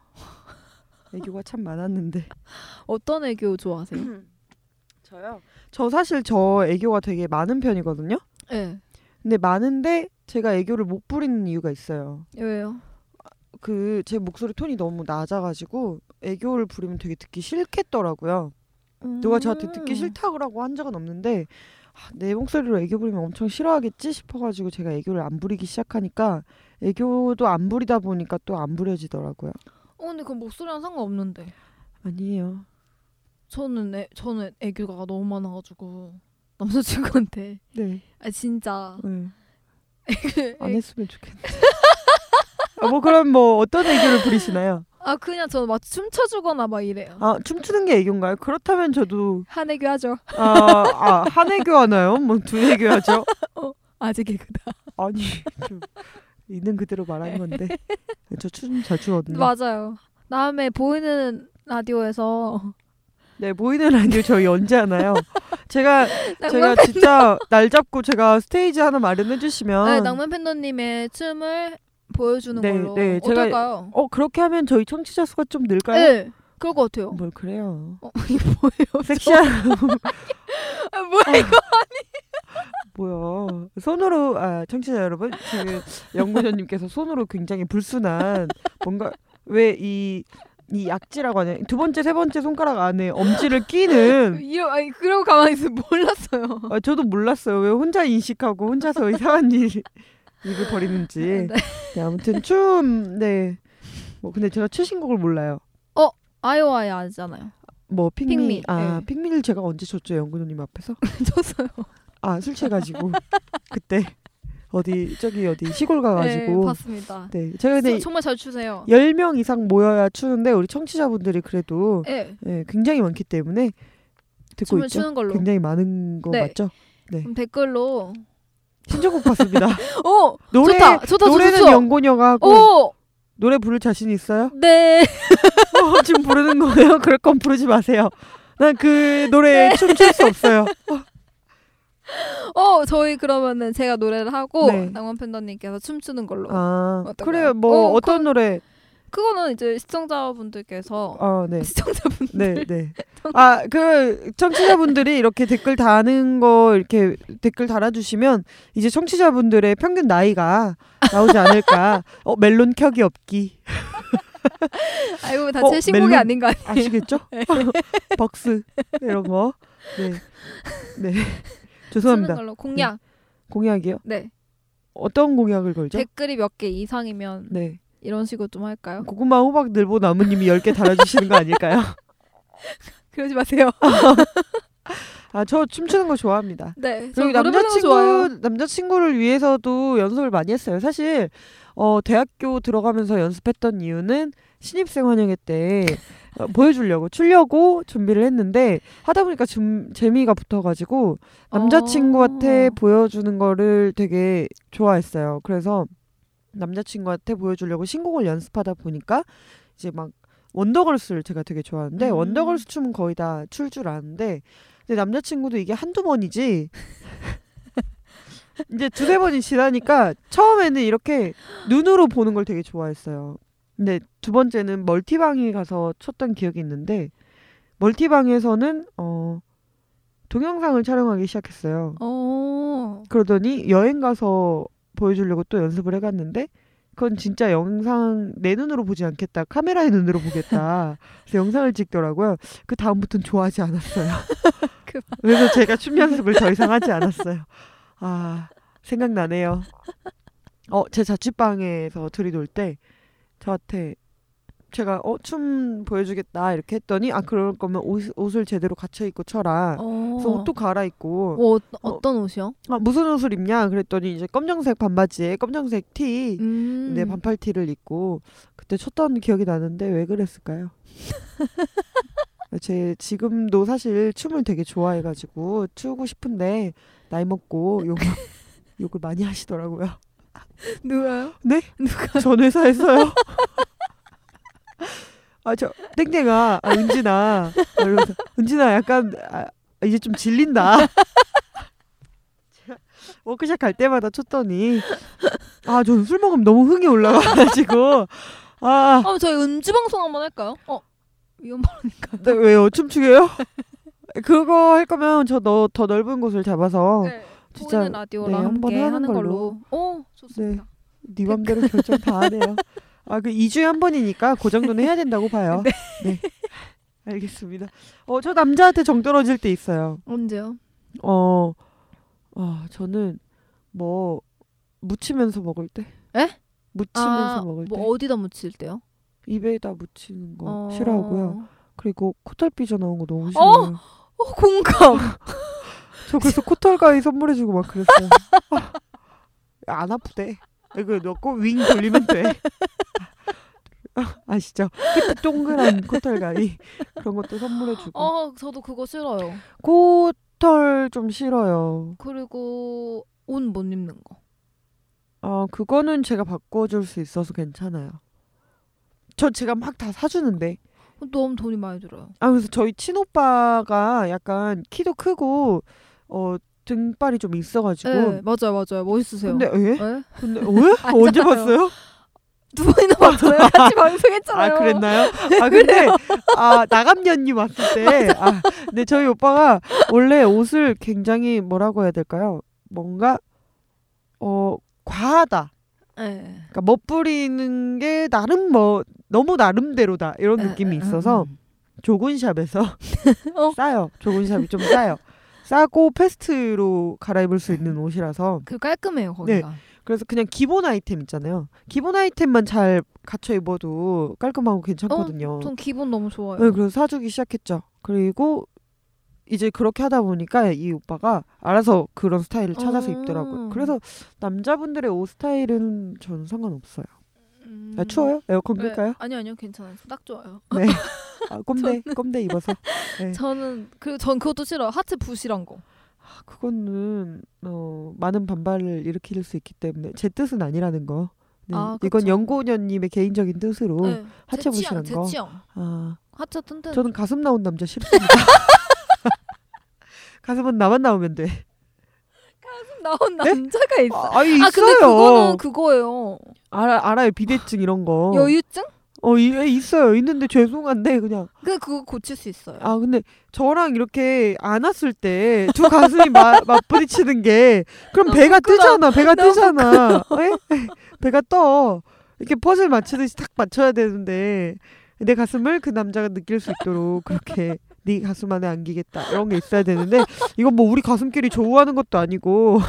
S1: 애교가 참 많았는데.
S2: 어떤 애교
S1: 음.
S2: 좋아하세요?
S1: 저요? 저 사실 저 애교가 되게 많은 편이거든요.
S2: 예.
S1: 근데 많은데 제가 애교를 못 부리는 이유가 있어요.
S2: 왜요?
S1: 그 제 목소리 톤이 너무 낮아가지고 애교를 부리면 되게 듣기 싫겠더라고요. 누가 저한테
S2: 음.
S1: 듣기 싫다고 한 적은 없는데 아, 내 목소리로 애교 부리면 엄청 싫어하겠지 싶어가지고 제가 애교를 안 부리기 시작하니까 애교도 안 부리다 보니까 또 안 부려지더라고요.
S2: 어 근데 그건 목소리랑 상관없는데.
S1: 아니에요.
S2: 저는 애, 저는 애교가 너무 많아가지고 남자친구한테
S1: 네.
S2: 아 진짜
S1: 네. 안 했으면 좋겠네. 아, 뭐 그럼 뭐 어떤 애교를 부리시나요?
S2: 아 그냥 저는 막 춤춰주거나 막 이래요.
S1: 아 춤추는 게 애교인가요? 그렇다면 저도
S2: 한 애교 하죠.
S1: 아, 아, 한 애교 하나요? 뭐 두 애교 하죠?
S2: 아직 애교다.
S1: 아니 좀 있는 그대로 말한 건데 저 춤 잘 추거든요.
S2: 맞아요. 다음에 보이는 라디오에서
S1: 네 보이는 라디오 저희 언제 하나요? 제가 제가
S2: 낭만 네,
S1: 진짜 날 잡고 제가 스테이지 하나 마련해 주시면
S2: 네, 낭만 팬더님의 춤을 보여주는
S1: 아. 네,
S2: 걸로
S1: 네, 제가-
S2: 어떨까요?
S1: 어 그렇게 하면 저희 청취자 수가 좀 늘까요?
S2: 네. 그럴 것 같아요.
S1: 뭘 그래요?
S2: 어, 이게 뭐예요?
S1: 섹시한 어.
S2: 아, 뭐야?
S1: 뭐야? 손으로 아 청취자 여러분 지금 연구자님께서 손으로 굉장히 불순한 뭔가 왜 이 이 약지라고 하냐 두 번째 세 번째 손가락 안에 엄지를 끼는
S2: 이러 아니 그러고 가만히 있어 몰랐어요.
S1: 아, 저도 몰랐어요 왜 혼자 인식하고 혼자서 이상한 일 입을 벌이는지
S2: 네.
S1: 네, 아무튼 춤네뭐 근데 제가 추신곡을 몰라요
S2: 아이오아이 아잖아요.
S1: 뭐 핑미,
S2: 핑미,
S1: 아
S2: 네.
S1: 핑미를 제가 언제 쳤죠 연구자님 앞에서
S2: 졌어요.
S1: 아 술 취해가지고 그때 어디 저기 어디 시골
S2: 네,
S1: 가가지고
S2: 봤습니다.
S1: 네, 제가 근데
S2: 저- 정말 잘 추세요.
S1: 10명 이상 모여야 추는데 우리 청취자분들이 그래도
S2: 예.
S1: 예, 굉장히 많기 때문에 듣고
S2: 춤을
S1: 있죠.
S2: 추는 걸로.
S1: 굉장히 많은 거
S2: 네.
S1: 맞죠?
S2: 그럼 댓글로
S1: 신청곡 봤습니다.
S2: 어
S1: 노래
S2: 좋다 좋다 좋다
S1: 노래는
S2: 좋다.
S1: 연고녀가 하고
S2: 오
S1: 노래 부를 자신 있어요?
S2: 네.
S1: 어, 지금 부르는 거예요? 그럴 건 부르지 마세요. 난 그 노래
S2: 네.
S1: 춤출 수 없어요.
S2: 어 저희 그러면은 제가 노래를 하고
S1: 네.
S2: 낭만 팬더님께서 춤추는 걸로.
S1: 아
S2: 어떤가요?
S1: 그래요. 뭐
S2: 어,
S1: 어떤 노래?
S2: 그거는 이제 시청자분들께서
S1: 어 네.
S2: 시청자분
S1: 네, 네. 아, 그 청취자분들이 이렇게 댓글 다는 거 이렇게 댓글 달아주시면 이제 청취자분들의 평균 나이가 나오지 않을까. 어, 멜론 켜기 없기
S2: 아이고 다
S1: 어,
S2: 제 신곡이
S1: 멜론-
S2: 아닌가.
S1: 아시겠죠?
S2: 네.
S1: 벅스 이런 거. 네, 네.
S2: 쓰는
S1: 죄송합니다. 네.
S2: 걸로 공약.
S1: 공약이요?
S2: 네.
S1: 어떤 공약을 걸죠?
S2: 댓글이 몇 개 이상이면
S1: 네.
S2: 이런 식으로 좀 할까요?
S1: 고구마 호박 늘보 나무님이 10개 달아주시는 거 아닐까요?
S2: 그러지 마세요.
S1: 아, 저 춤추는 거 좋아합니다.
S2: 네. 저
S1: 그리고
S2: 노래 부르는 거 좋아요.
S1: 남자친구 남자친구를 위해서도 연습을 많이 했어요. 사실 어, 대학교 들어가면서 연습했던 이유는 신입생 환영회 때 어, 보여주려고 추려고 준비를 했는데 하다 보니까 좀 재미가 붙어가지고 남자친구한테
S2: 어.
S1: 보여주는 거를 되게 좋아했어요. 그래서 남자친구한테 보여주려고 신곡을 연습하다 보니까 이제 막 원더걸스를 제가 되게 좋아하는데
S2: 음.
S1: 원더걸스 춤은 거의 다 출 줄 아는데 근데 남자친구도 이게 한두 번이지 이제 두세 번이 지나니까 처음에는 이렇게 눈으로 보는 걸 되게 좋아했어요. 근데 두 번째는 멀티방에 가서 쳤던 기억이 있는데 멀티방에서는 어 동영상을 촬영하기 시작했어요.
S2: 어.
S1: 그러더니 여행 가서 보여주려고 또 연습을 해갔는데 그건 진짜 영상 내 눈으로 보지 않겠다 카메라의 눈으로 보겠다 그래서 영상을 찍더라고요 그 다음부터는 좋아하지 않았어요
S2: 그만.
S1: 그래서 제가 춤 연습을 더 이상 하지 않았어요 아 생각나네요 어 제 자취방에서 둘이 놀 때 저한테 제가 어 춤 보여주겠다 이렇게 했더니 아 그럴 거면 옷, 옷을 제대로 갖춰 입고 쳐라
S2: 어.
S1: 그래서 옷도 갈아입고
S2: 어, 어떤 옷이요?
S1: 아, 무슨 옷을 입냐 그랬더니 이제 검정색 반바지에 검정색 티,
S2: 음.
S1: 네 반팔 티를 입고 그때 쳤던 기억이 나는데 왜 그랬을까요? 제 지금도 사실 춤을 되게 좋아해가지고 추고 싶은데 나이 먹고 욕, 욕을 많이 하시더라고요.
S2: 누가요?
S1: 네?
S2: 누가?
S1: 전 회사에서요. 아 저 땡땡아, 아, 은진아, 막 이러면서 은진아 약간 아, 이제 좀 질린다. 제가 워크숍 갈 때마다 쳤더니 아 저는 술 먹으면 너무 흥이 올라가가지고 아
S2: 어, 저희 음주 방송 한번 할까요? 어. 위험 발언인가?
S1: 네, 왜요 춤추게요? 그거 할 거면 저 너 더 넓은 곳을 잡아서
S2: 네.
S1: 어. 진짜,
S2: 보이는 라디오랑
S1: 네, 한번
S2: 함께
S1: 하는
S2: 하는 걸로. 어, 좋습니다.
S1: 네 맘대로 결정 다 하네요. 아, 그 2주에 한 번이니까 그 정도는 해야 된다고 봐요. 네. 알겠습니다. 어, 저 남자한테 정 떨어질 때 있어요.
S2: 언제요?
S1: 어, 어 저는 뭐, 무치면서 먹을 때.
S2: 에?
S1: 무치면서 먹을 때.
S2: 뭐 어디다 묻힐 때요?
S1: 입에다 묻히는 거
S2: 어.
S1: 싫어하고요. 그리고 코털 삐져 나온 거 너무 싫어요.
S2: 어! 어, 공감.
S1: 저 그래서 코털 가위 선물해주고 막 그랬어요. 아, 안 아프대. 이거 넣고 윙 돌리면 돼. 아, 아시죠? 끝에 동그란 코털 가위 그런 것도 선물해주고.
S2: 어, 저도 그거 싫어요.
S1: 코털 좀 싫어요.
S2: 그리고 옷 못 입는 거.
S1: 어 그거는 제가 바꿔줄 수 있어서 괜찮아요. 저 제가 막 다 사주는데.
S2: 너무 돈이 많이 들어요.
S1: 아 그래서 저희 친오빠가 약간 키도 크고 어 등발이 좀 있어가지고.
S2: 예,
S1: 예?
S2: 네, 맞아요, 맞아요. 멋있으세요.
S1: 근데 에?
S2: 네?
S1: 근데 왜? 언제
S2: 알잖아요.
S1: 봤어요?
S2: 두 번이나 왔어요. 같이 방송했잖아요.
S1: 아 그랬나요? 아 근데 아 나감년님 왔을 때, 아, 근데 저희 오빠가 원래 옷을 굉장히 뭐라고 해야 될까요? 뭔가 어 과하다.
S2: 네.
S1: 그러니까 멋부리는 게 나름 뭐 너무 나름대로다 이런
S2: 에, 에,
S1: 느낌이
S2: 에,
S1: 있어서 조군샵에서
S2: 어.
S1: 싸요. 조군샵이 좀 싸요. 싸고 패스트로 갈아입을 수 있는 옷이라서
S2: 그 깔끔해요 거기가.
S1: 그래서 그냥 기본 아이템 있잖아요. 기본 아이템만 잘 갖춰 입어도 깔끔하고 괜찮거든요.
S2: 전 기분 너무 좋아요.
S1: 네, 그래서 사주기 시작했죠. 그리고 이제 그렇게 하다 보니까 이 오빠가 알아서 그런 스타일을 찾아서
S2: 어.
S1: 입더라고요. 그래서 남자분들의 옷 스타일은 전 상관없어요.
S2: 음.
S1: 아, 추워요? 에어컨
S2: 네.
S1: 끌까요?
S2: 아니요 아니요 괜찮아요. 딱 좋아요.
S1: 네. 아, 꼼대, 꼼대 입어서. 네.
S2: 저는 그리고 전 그것도 싫어요. 하체 부실한 거.
S1: 아, 그거는 어, 많은 반발을 일으킬 수 있기 때문에 제 뜻은 아니라는 거. 네.
S2: 아,
S1: 이건
S2: 그쵸.
S1: 연고년님의 개인적인 뜻으로.
S2: 네. 음.
S1: 하체
S2: 제 취향,
S1: 부실한 거.
S2: 제 취향.
S1: 아,
S2: 하체 튼튼.
S1: 저는 가슴 나온 남자 싫습니다. 가슴은 나만 나오면 돼.
S2: 나온 남자가 있어.
S1: 아, 아니, 있어요.
S2: 아 근데 그거는 그거예요.
S1: 알아 알아요 비대증 이런 거.
S2: 여유증?
S1: 어 이- 예, 있어요 있는데 죄송한데 그냥
S2: 그 그거 고칠 수 있어요.
S1: 아 근데 저랑 이렇게 안았을 때 두 가슴이 마, 맞부딪히는 게 그럼
S2: 너무
S1: 배가
S2: 부끄러워.
S1: 뜨잖아 배가
S2: 너무
S1: 뜨잖아 예? 배가 떠 이렇게 퍼즐 맞추듯이 탁 맞춰야 되는데 내 가슴을 그 남자가 느낄 수 있도록 그렇게 네 가슴 안에 안기겠다 이런 게 있어야 되는데 이건 뭐 우리 가슴끼리 조우하는 것도 아니고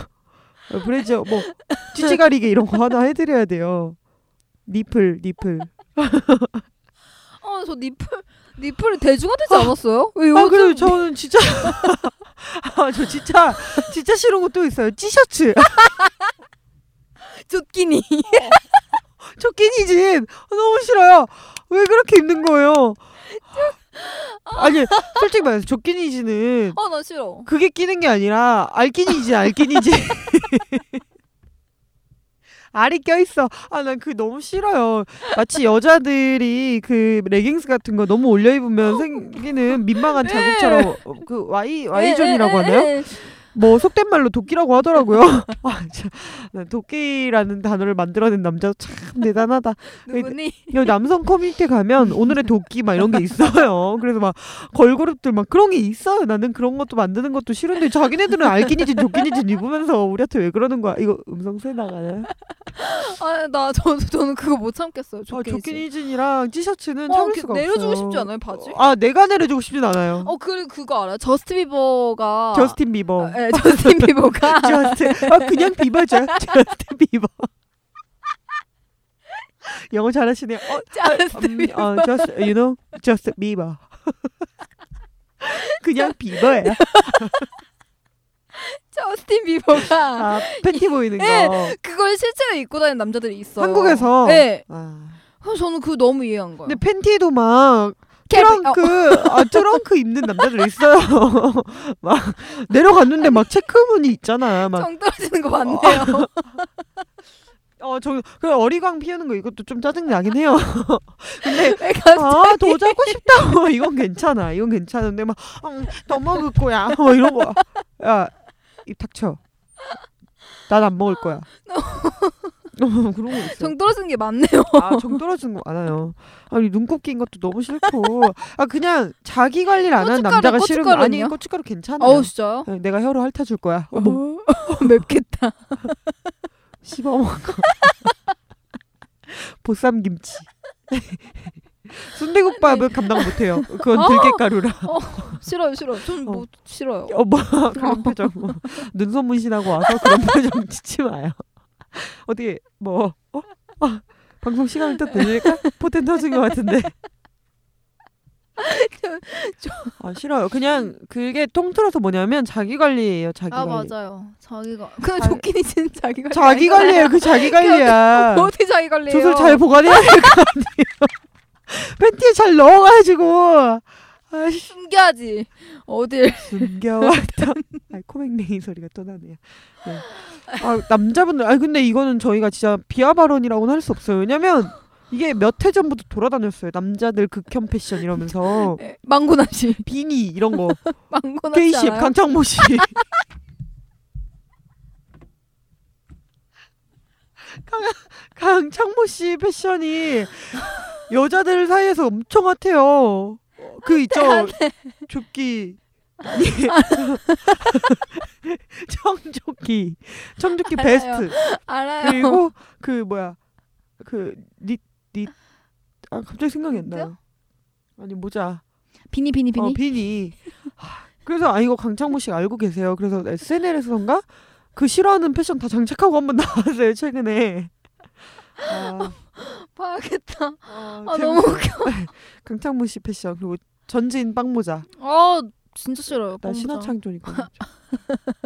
S1: 브래지어 뭐 찌찌가리개 이런 거 하나 해드려야 돼요 니플 니플
S2: 아, 어저 니플 니플이 대중화 되지 않았어요? 왜 요즘
S1: 아, 그리고 저는 진짜 아, 저 진짜 진짜 싫은 거 또 있어요. 티셔츠. 아,
S2: 조끼니?
S1: 저 끼니진 아, 너무 싫어요. 왜 그렇게 입는 거예요? 아니, 솔직히 말해서 저 끼니진은
S2: 어 나 싫어.
S1: 그게 끼는 게 아니라 알끼니진 알끼니진. 알이 껴있어. 아, 난 그게 너무 싫어요. 마치 여자들이 그 레깅스 같은 거 너무 올려 입으면 생기는 민망한
S2: 네.
S1: 자국처럼 그 Y, Y존이라고 하나요?
S2: 에, 에, 에.
S1: 뭐 속된 말로 도끼라고 하더라고요. 아, 참. 나 도끼라는 단어를 만들어낸 남자 참 대단하다.
S2: 누구니?
S1: 여기 남성 커뮤니티 가면 오늘의 도끼 막 이런 게 있어요. 그래서 막 걸그룹들 막 그런 게 있어요. 나는 그런 것도 만드는 것도 싫은데 자기네들은 알기니진 도끼니진 입으면서 우리한테 왜 그러는 거야? 이거 음성 새 나가나요?
S2: 아나 저 저는 그거 못 참겠어요.
S1: 저
S2: 조끼니.
S1: 아, 도끼니진이랑 티셔츠는
S2: 어,
S1: 참을
S2: 이렇게
S1: 수가
S2: 내려주고
S1: 없어요.
S2: 싶지 않아요 바지?
S1: 아 내가 내려주고 싶진 않아요.
S2: 어 그리고 그거 알아요? 저스틴 비버가
S1: 저스틴 비버.
S2: 예, 저스틴 비버가
S1: 저스트 아 그냥 비버죠 저스트 비버 영어 잘하시네요 어,
S2: 저스틴
S1: 음,
S2: 비버
S1: 어 just you know just 비버 그냥 비버예요
S2: 저스틴 비버가
S1: 아 팬티 보이는 거
S2: 예, 그걸 실제로 입고 다니는 남자들이 있어요.
S1: 한국에서 네,
S2: 네.
S1: 아.
S2: 그래서 저는 그거 너무 이해한 거예요.
S1: 근데 팬티도 막
S2: 캡- 어,
S1: 트렁크 아 트렁크 입는 남자들 있어요 막 내려갔는데 막 체크무늬 있잖아 막
S2: 정 떨어지는 거 맞네요.
S1: 어, 저, 그 어리광 피우는 거 이것도 좀 짜증 나긴 해요. 근데
S2: 왜 갑자기-
S1: 아, 더 자고 싶다. 이건 괜찮아. 이건 괜찮은데 막 음, 더 먹을 거야. 뭐 이런 거. 야, 입 닥쳐. 난 안 먹을 거야. 어, 그런 거 있어.
S2: 정 떨어지는 게 맞네요.
S1: 아, 정 떨어지는 거 많아요. 아니, 눈곱 낀 것도 너무 싫고. 아, 그냥 자기 관리를 안 하는
S2: 고춧가루,
S1: 남자가 싫은 거 아니,
S2: 고춧가루는요?
S1: 고춧가루 괜찮아요.
S2: 어우 진짜요?
S1: 네, 내가 혀로 핥아줄 거야. 어, 뭐,
S2: 어머. 맵겠다.
S1: 씹어 먹어. 보쌈 김치. 순대국밥은 감당 못해요. 그건
S2: 어.
S1: 들깨가루라.
S2: 싫어요, 싫어. 저는
S1: 어.
S2: 뭐 싫어요.
S1: 어, 뭐 그런 표정. 눈썹 문신하고 와서 그런 표정 짓지 마요. 어떻게 뭐 어? 아, 방송 시간을 또 늘릴까? 포텐 터진 것 같은데.
S2: 저-
S1: 아 싫어요. 그냥 그게 통틀어서 뭐냐면 자기 관리예요. 자기
S2: 아
S1: 관리.
S2: 맞아요. 자기가 근데
S1: 자-
S2: 좋긴 진 자기 관리.
S1: 자기 관리예요. 그 자기 관리야.
S2: 어디 자기 관리예요?
S1: 젖을 잘 보관해야 될 거 아니에요. 팬티에 잘 넣어가지고 아이씨
S2: 숨겨야지. 어딜?
S1: 숨겨왔던 아, 코맹맹이 소리가 또 나네요. 네. 아, 남자분들 아 근데 이거는 저희가 진짜 비하 발언이라고는 할 수 없어요. 왜냐면 이게 몇 해 전부터 돌아다녔어요. 남자들 극혐 패션 이러면서
S2: 예, 망고나시.
S1: 비니 이런 거
S2: 망고나시
S1: 케이십
S2: 알아요?
S1: 강창모 씨 강, 강, 씨랑 창모 씨 패션이 여자들 사이에서 엄청 핫해요. 어, 그 있죠. 조끼. 청조끼. 청조끼
S2: 알아요.
S1: 베스트.
S2: 알아요.
S1: 그리고 그 뭐야 그 그닛닛아 갑자기 생각이 안 나요. 아니 모자
S2: 비니 비니 비니.
S1: 어 비니. 하, 그래서 아 이거 강창모 씨가 알고 계세요. 그래서 SNL에서인가 그 싫어하는 패션 다 장착하고 한번 나왔어요 최근에. 아,
S2: 봐야겠다.
S1: 아,
S2: 아 너무
S1: 재밌-
S2: 웃겨.
S1: 강창모 씨 패션 그리고 전진 빵모자.
S2: 아 진짜 싫어요.
S1: 나
S2: 빵모자.
S1: 신화창조니까. 그렇죠.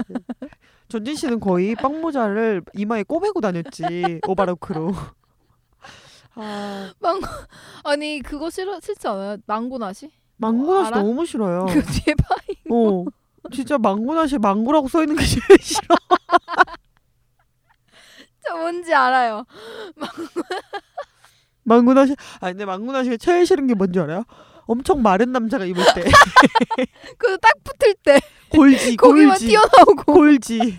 S1: 네. 전진 씨는 거의 빵모자를 이마에 꼬매고 다녔지 오바로크로. 아,
S2: 아니 그거 싫어 싫지 않아요? 망고나시?
S1: 망고나 씨
S2: 알아?
S1: 너무 싫어요.
S2: 그 뒤에 파이.
S1: 어. 진짜 망고나시 망고라고 써 있는 게 제일 싫어.
S2: 저 뭔지 알아요.
S1: 망고나시 아 근데 망고나시가 제일 싫은 게 뭔지 알아요? 엄청 마른 남자가 입을 때
S2: 그거 딱 붙을 때
S1: 골지
S2: 고기만
S1: 골지
S2: 튀어나오고
S1: 골지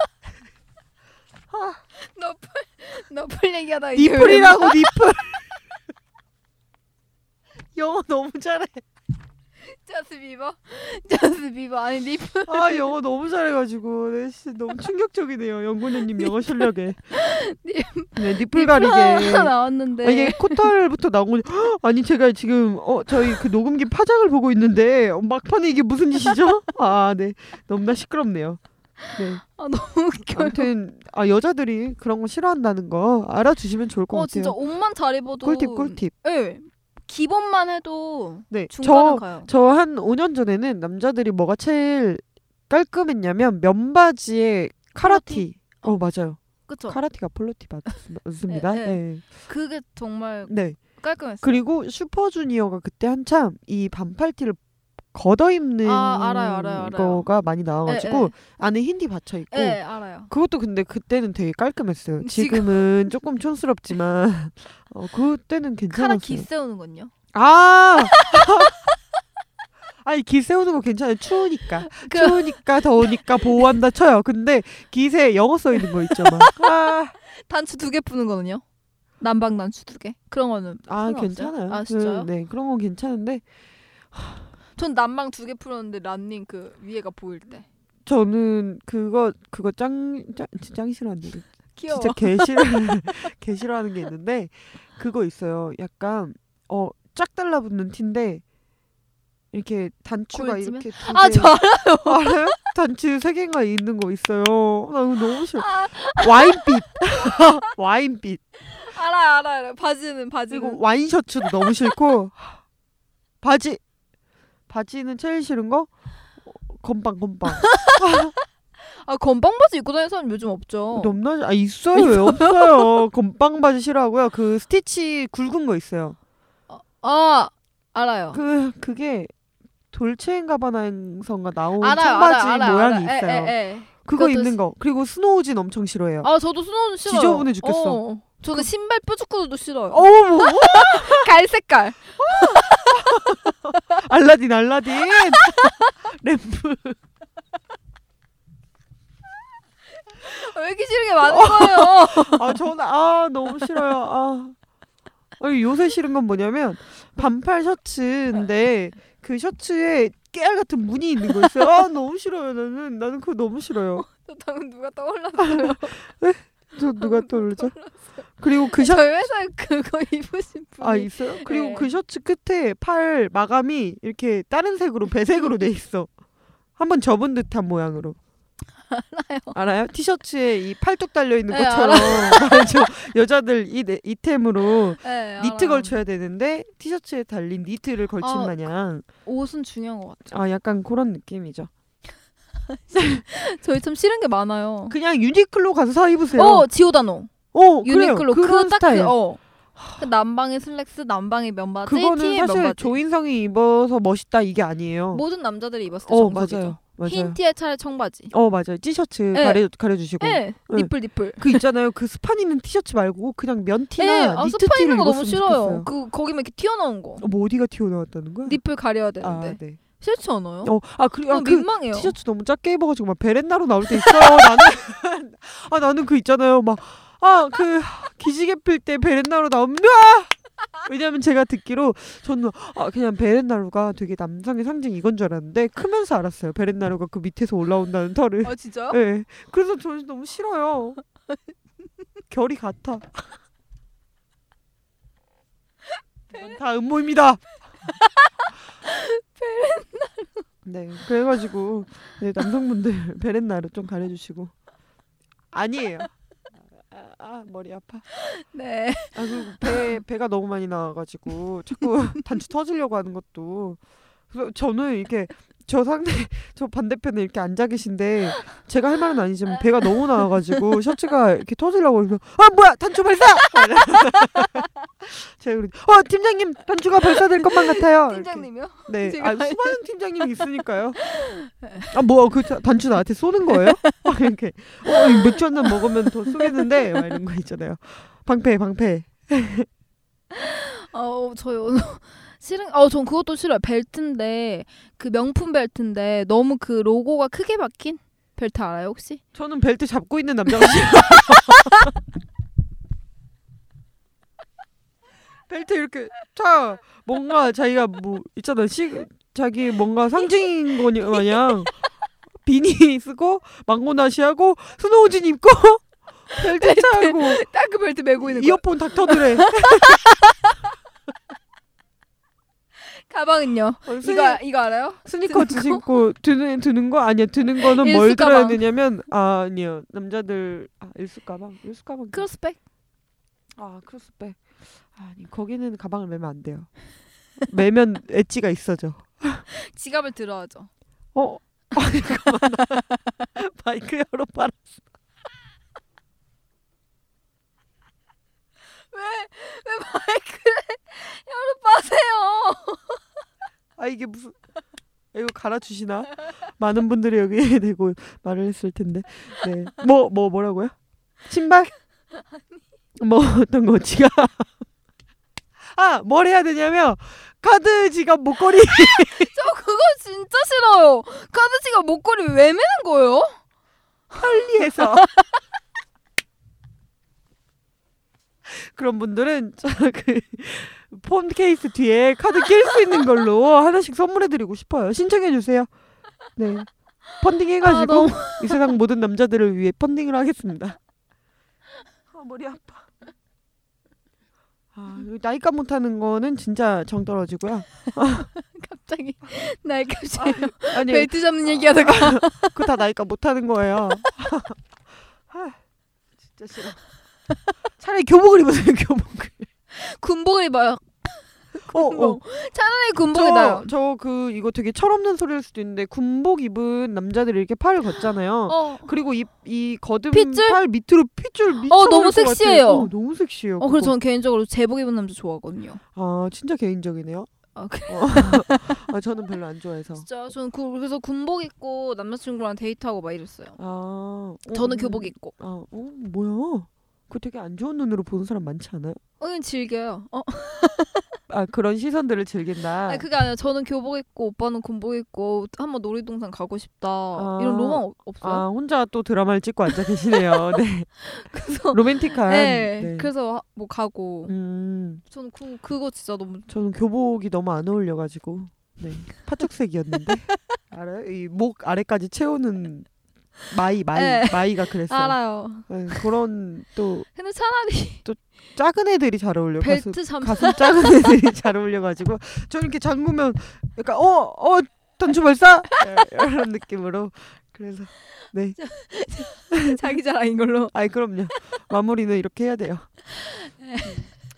S2: 너플 너플 얘기하다 이게
S1: 아, 니플이라고 니플 영어 너무 잘해
S2: 저스 비버 저스 비버 아니 니
S1: 아 영어 너무 잘해가지고 네, 씨, 너무 충격적이네요 영군님 영어 실력에
S2: 니-
S1: 네, 니플 가리게
S2: 그
S1: 아, 이게
S2: 하나 나왔는데
S1: 코털부터 나온 거지. 헉, 아니 제가 지금 어 저희 그 녹음기 파장을 보고 있는데 어, 막판에 이게 무슨 짓이죠? 아, 네. 너무나 시끄럽네요. 네.
S2: 아 너무 웃겨요.
S1: 아무튼 아 여자들이 그런 거 싫어한다는 거 알아주시면 좋을 것
S2: 어
S1: 같아요.
S2: 진짜 옷만 잘 입어도
S1: 꿀팁 꿀팁.
S2: 예. 기본만 해도
S1: 네.
S2: 중간은
S1: 저
S2: 가요.
S1: 저 한 5년 전에는 남자들이 뭐가 제일 깔끔했냐면 면바지에 카라티. 어 맞아요.
S2: 그쵸?
S1: 카라티가 폴로티 맞습니다.
S2: 네,
S1: 네,
S2: 네. 그게 정말
S1: 네.
S2: 깔끔했어요.
S1: 그리고 슈퍼주니어가 그때 한참 이 반팔티를 걷어 입는
S2: 아, 알아요, 알아요, 알아요.
S1: 거가 많이
S2: 예,
S1: 나와가지고
S2: 예.
S1: 안에 흰티 받쳐 있고
S2: 예, 네, 알아요.
S1: 그것도 근데 그때는 되게 깔끔했어요.
S2: 지금-
S1: 지금은 조금 촌스럽지만 어, 그때는
S2: 카라
S1: 괜찮았어요.
S2: 기 세우는 건요.
S1: 아 아니 기 세우는 거 괜찮아요. 추우니까
S2: 그-
S1: 추우니까 더우니까 보호한다 쳐요. 근데 기세 영어 써 있는 거 있죠. 막. 아,
S2: 단추 두 개 푸는 거는요. 남방 단추 두 개. 그런 거는
S1: 아
S2: 상관없어요?
S1: 괜찮아요.
S2: 아,
S1: 그,
S2: 진짜요?
S1: 네 그런 건 괜찮은데
S2: 전 남방 두 개 풀었는데 란닝 그 위에가 보일 때
S1: 저는 그거 그거 짱짱 싫어한데
S2: 귀여워.
S1: 진짜 개 싫어 개 싫어하는 게 있는데 그거 있어요. 약간 어 쫙 달라붙는 티인데 이렇게 단추가
S2: 골 찌면?
S1: 이렇게 두
S2: 아,
S1: 개-
S2: 저 알아.
S1: 알아요? 단추 세 개가 있는 거 있어요. 나 이거 너무 싫어.
S2: 아.
S1: 와인빛 와인빛
S2: 알아, 알아, 알아. 바지는
S1: 그리고
S2: 바지는.
S1: 와인 셔츠도 너무 싫고 바지 바지는 제일 싫은 거 어, 건빵 건빵
S2: 아, 건방 바지 입고 다니는 사람 요즘 없죠.
S1: 넘나 아 있어요 왜 없어요 건빵 바지 싫어하고요 그 스티치 굵은 거 있어요
S2: 아, 알아요.
S1: 그 그게 돌체인가바나에선가 나온
S2: 알아요,
S1: 청바지
S2: 알아요, 알아요, 예,
S1: 모양이
S2: 알아요.
S1: 있어요
S2: 에, 에, 에.
S1: 그거
S2: 그것도
S1: 입는
S2: 있-
S1: 거 그리고 스노우진 엄청 싫어해요
S2: 아, 저도 스노우는 싫어요.
S1: 지저분해 죽겠어. 그
S2: 어, 어. 저는 신발 뾰족구도 싫어요.
S1: 어우 뭐
S2: 갈 색깔.
S1: 알라딘 알라딘 램프
S2: 왜 이렇게 싫은 게 많은
S1: 어?
S2: 거예요?
S1: 아 저는 아 너무 싫어요 아 아니, 요새 싫은 건 뭐냐면 반팔 셔츠인데 그 셔츠에 깨알 같은 무늬 있는 거 있어요 아 너무 싫어요 나는 나는 그거 너무 싫어요
S2: 저 방금 누가 떠올랐어요.
S1: 저 누가 떠올리죠 그리고 그 셔츠
S2: 저희 회사에 그거 입으신 분이.
S1: 아 있어요? 그리고
S2: 네.
S1: 그 셔츠 끝에 팔 마감이 이렇게 다른 색으로 배색으로 돼 있어. 한번 접은 듯한 모양으로. 알아요. 알아요? 티셔츠에 이 팔뚝 달려 있는
S2: 네,
S1: 것처럼 맞아. 여자들 이 네- 이템으로
S2: 네,
S1: 니트
S2: 알아요.
S1: 걸쳐야 되는데 티셔츠에 달린 니트를 걸친
S2: 아,
S1: 마냥
S2: 옷은 중요한 것 같아요.
S1: 아 약간 그런 느낌이죠.
S2: 저희 참 싫은 게 많아요.
S1: 그냥 유니클로 가서 사 입으세요.
S2: 어, 지오다노.
S1: 어, 그래요.
S2: 유니클로
S1: 그런
S2: 그딱
S1: 스타일.
S2: 그, 어. 그 남방의 슬랙스, 남방의 면바지,
S1: 그거는
S2: 티의
S1: 사실
S2: 면바지.
S1: 조인성이 입어서 멋있다 이게 아니에요.
S2: 모든 남자들이 입었을 때
S1: 어
S2: 정석이죠.
S1: 맞아요. 맞아요.
S2: 흰 티에 차라리 청바지.
S1: 어 맞아요 티셔츠
S2: 네.
S1: 가려 가려주시고
S2: 예,
S1: 네.
S2: 니플 니플.
S1: 그 있잖아요 그 스판 있는 티셔츠 말고 그냥 면티나
S2: 예, 아,
S1: 니트
S2: 스파
S1: 티를
S2: 있는 거 너무
S1: 입었으면
S2: 싫어요.
S1: 좋겠어요.
S2: 그 거기만 이렇게 튀어나온 거.
S1: 어, 뭐 어디가 튀어나왔다는 거야?
S2: 니플 가려야 되는데
S1: 아 네.
S2: 싫지 않아요?
S1: 어아 그리고 아,
S2: 너무
S1: 그
S2: 민망해요.
S1: 티셔츠 너무 작게 입어가지고 막 베렌나로 나올 때 있어요. 나는 아 나는 그 있잖아요 막. 아 그 기지개 필 때 베렌나루 나옵니다. 왜냐면 제가 듣기로 저는 아 그냥 베렌나루가 되게 남성의 상징 이건 줄 알았는데 크면서 알았어요. 베렌나루가 그 밑에서 올라온다는 털을.
S2: 아 진짜요?
S1: 네. 그래서 저는 너무 싫어요. 결이 같아. 이건 다 음모입니다. 베렌나루. 네, 그래가지고 네, 남성분들 베렌나루 좀 가려주시고 아니에요. 아, 아 머리 아파.
S2: 네.
S1: 아, 그리고 배 배가 너무 많이 나와가지고 자꾸 단추 터지려고 하는 것도. 그래서 저는 이렇게 저 상대 저 반대편에 이렇게 앉아 계신데 제가 할 말은 아니지만 배가 너무 나와가지고 셔츠가 이렇게 터지려고 그러면 아 뭐야 단추 발사! 제가 그어 팀장님 단추가 발사될 것만 같아요. 이렇게.
S2: 팀장님이요?
S1: 네, 아,
S2: 제가
S1: 수많은 팀장님이 있으니까요. 아, 뭐, 그 자- 단추 나한테 쏘는 거예요? 막 이렇게, 어, 이 맥주 한잔 먹으면 더 쏘겠는데? 막 이런 거 있잖아요. 방패, 방패.
S2: 어, 저요. 싫은 어, 전 그것도 싫어요. 벨트인데 그 명품 벨트인데 너무 그 로고가 크게 박힌 벨트 알아요, 혹시?
S1: 저는 벨트 잡고 있는 남자가 싫어. 벨트 이렇게 차 뭔가 자기가 뭐 있잖아 시 자기 뭔가 상징인 거니 마냥 비니 쓰고 망고나시 하고 스노우진 입고 벨트 차고
S2: 딱 그 벨트 메고 있는 거.
S1: 이어폰 닥터드레
S2: 가방은요.
S1: 어, 스니,
S2: 이거 이거 알아요?
S1: 스니커
S2: 드는 거?
S1: 신고 드는 드는 거 아니야 드는 거는 뭘
S2: 일수
S1: 들어야
S2: 가방.
S1: 되냐면 아 아니요 남자들 아 일수 가방 일수 가방
S2: 크로스백.
S1: 아 크로스백 아니 거기는 가방을 매면 안 돼요 매면 엣지가 있어져
S2: 지갑을 들어야죠.
S1: 어 아니 잠깐만 나 마이크 열어 봐라
S2: 왜 마이크를 열어 빠세요?
S1: 아 이게 무슨 아, 이거 갈아주시나 많은 분들이 여기에 대고 말을 했을 텐데 네뭐 뭐 뭐라고요 신발 뭐 어떤 거 지갑 아뭘 해야 되냐면 카드 지갑 목걸이
S2: 저 그거 진짜 싫어요. 카드 지갑 목걸이 왜 매는 거예요?
S1: 편리해서 그런 분들은 저그폰 케이스 뒤에 카드 낄 수 있는 걸로 하나씩 선물해드리고 싶어요. 신청해 주세요. 네, 펀딩
S2: 아,
S1: 해가지고
S2: 너무-
S1: 이 세상 모든 남자들을 위해 펀딩을 하겠습니다. 아 머리 아파. 아 그리고 나이값 못하는 거는 진짜 정 떨어지고요.
S2: 갑자기 날 갑자기
S1: 아니
S2: 벨트 잡는 얘기하다가
S1: 그거 다 나이가 못하는 거예요. 아, 진짜 싫어. 차라리 교복을 입으세요, 교복을.
S2: 군복을 입어요.
S1: 어, 어.
S2: 군복. 차라리 군복이 나요.
S1: 저, 저 그 이거 되게 철없는 소리일 수도 있는데 군복 입은 남자들이 이렇게 팔을 걷잖아요.
S2: 어.
S1: 그리고 이, 이 거듭
S2: 핏줄? 어,
S1: 팔 밑으로 핏줄 미쳐
S2: 너무 섹시해요.
S1: 어, 너무 섹시해요.
S2: 어,
S1: 그거.
S2: 그리고 저는 개인적으로 제복 입은 남자 좋아하거든요.
S1: 아, 진짜 개인적이네요.
S2: 아, 그래?
S1: 어. 아, 저는 별로 안 좋아해서.
S2: 진짜 저는 그, 그래서 군복 입고 남자친구랑 데이트하고 막 이랬어요.
S1: 아, 어,
S2: 저는
S1: 음.
S2: 교복 입고.
S1: 아, 어, 뭐야? 그 되게 안 좋은 눈으로 보는 사람 많지 않아요?
S2: 응 즐겨요. 어,
S1: 아, 그런 시선들을 즐긴다.
S2: 아니, 그게 아니라 저는 교복 입고 오빠는 군복 입고 한번 놀이동산 가고 싶다 이런 로망 없- 없어요?
S1: 아 혼자 또 드라마를 찍고 앉아 계시네요. 네.
S2: 그래서
S1: 로맨틱한.
S2: 네,
S1: 네.
S2: 그래서 하- 뭐 가고
S1: 음,
S2: 저는 그, 그거 진짜 너무
S1: 저는 교복이 너무 안 어울려가지고 네. 파죽색이었는데 알아요? 이 목 아래까지 채우는 마이 마이
S2: 네.
S1: 마이가 그랬어요.
S2: 알아요.
S1: 네, 그런 또
S2: 근데 차라리
S1: 작은 애들이 잘 어울려. 가슴,
S2: 벨트 잠
S1: 가슴 작은 애들이 잘 어울려가지고 저는 이렇게 잠그면 약간 어어 단추 발사 네, 이런 느낌으로 그래서 네.
S2: 자기 자랑인 걸로.
S1: 아이 그럼요. 마무리는 이렇게 해야 돼요.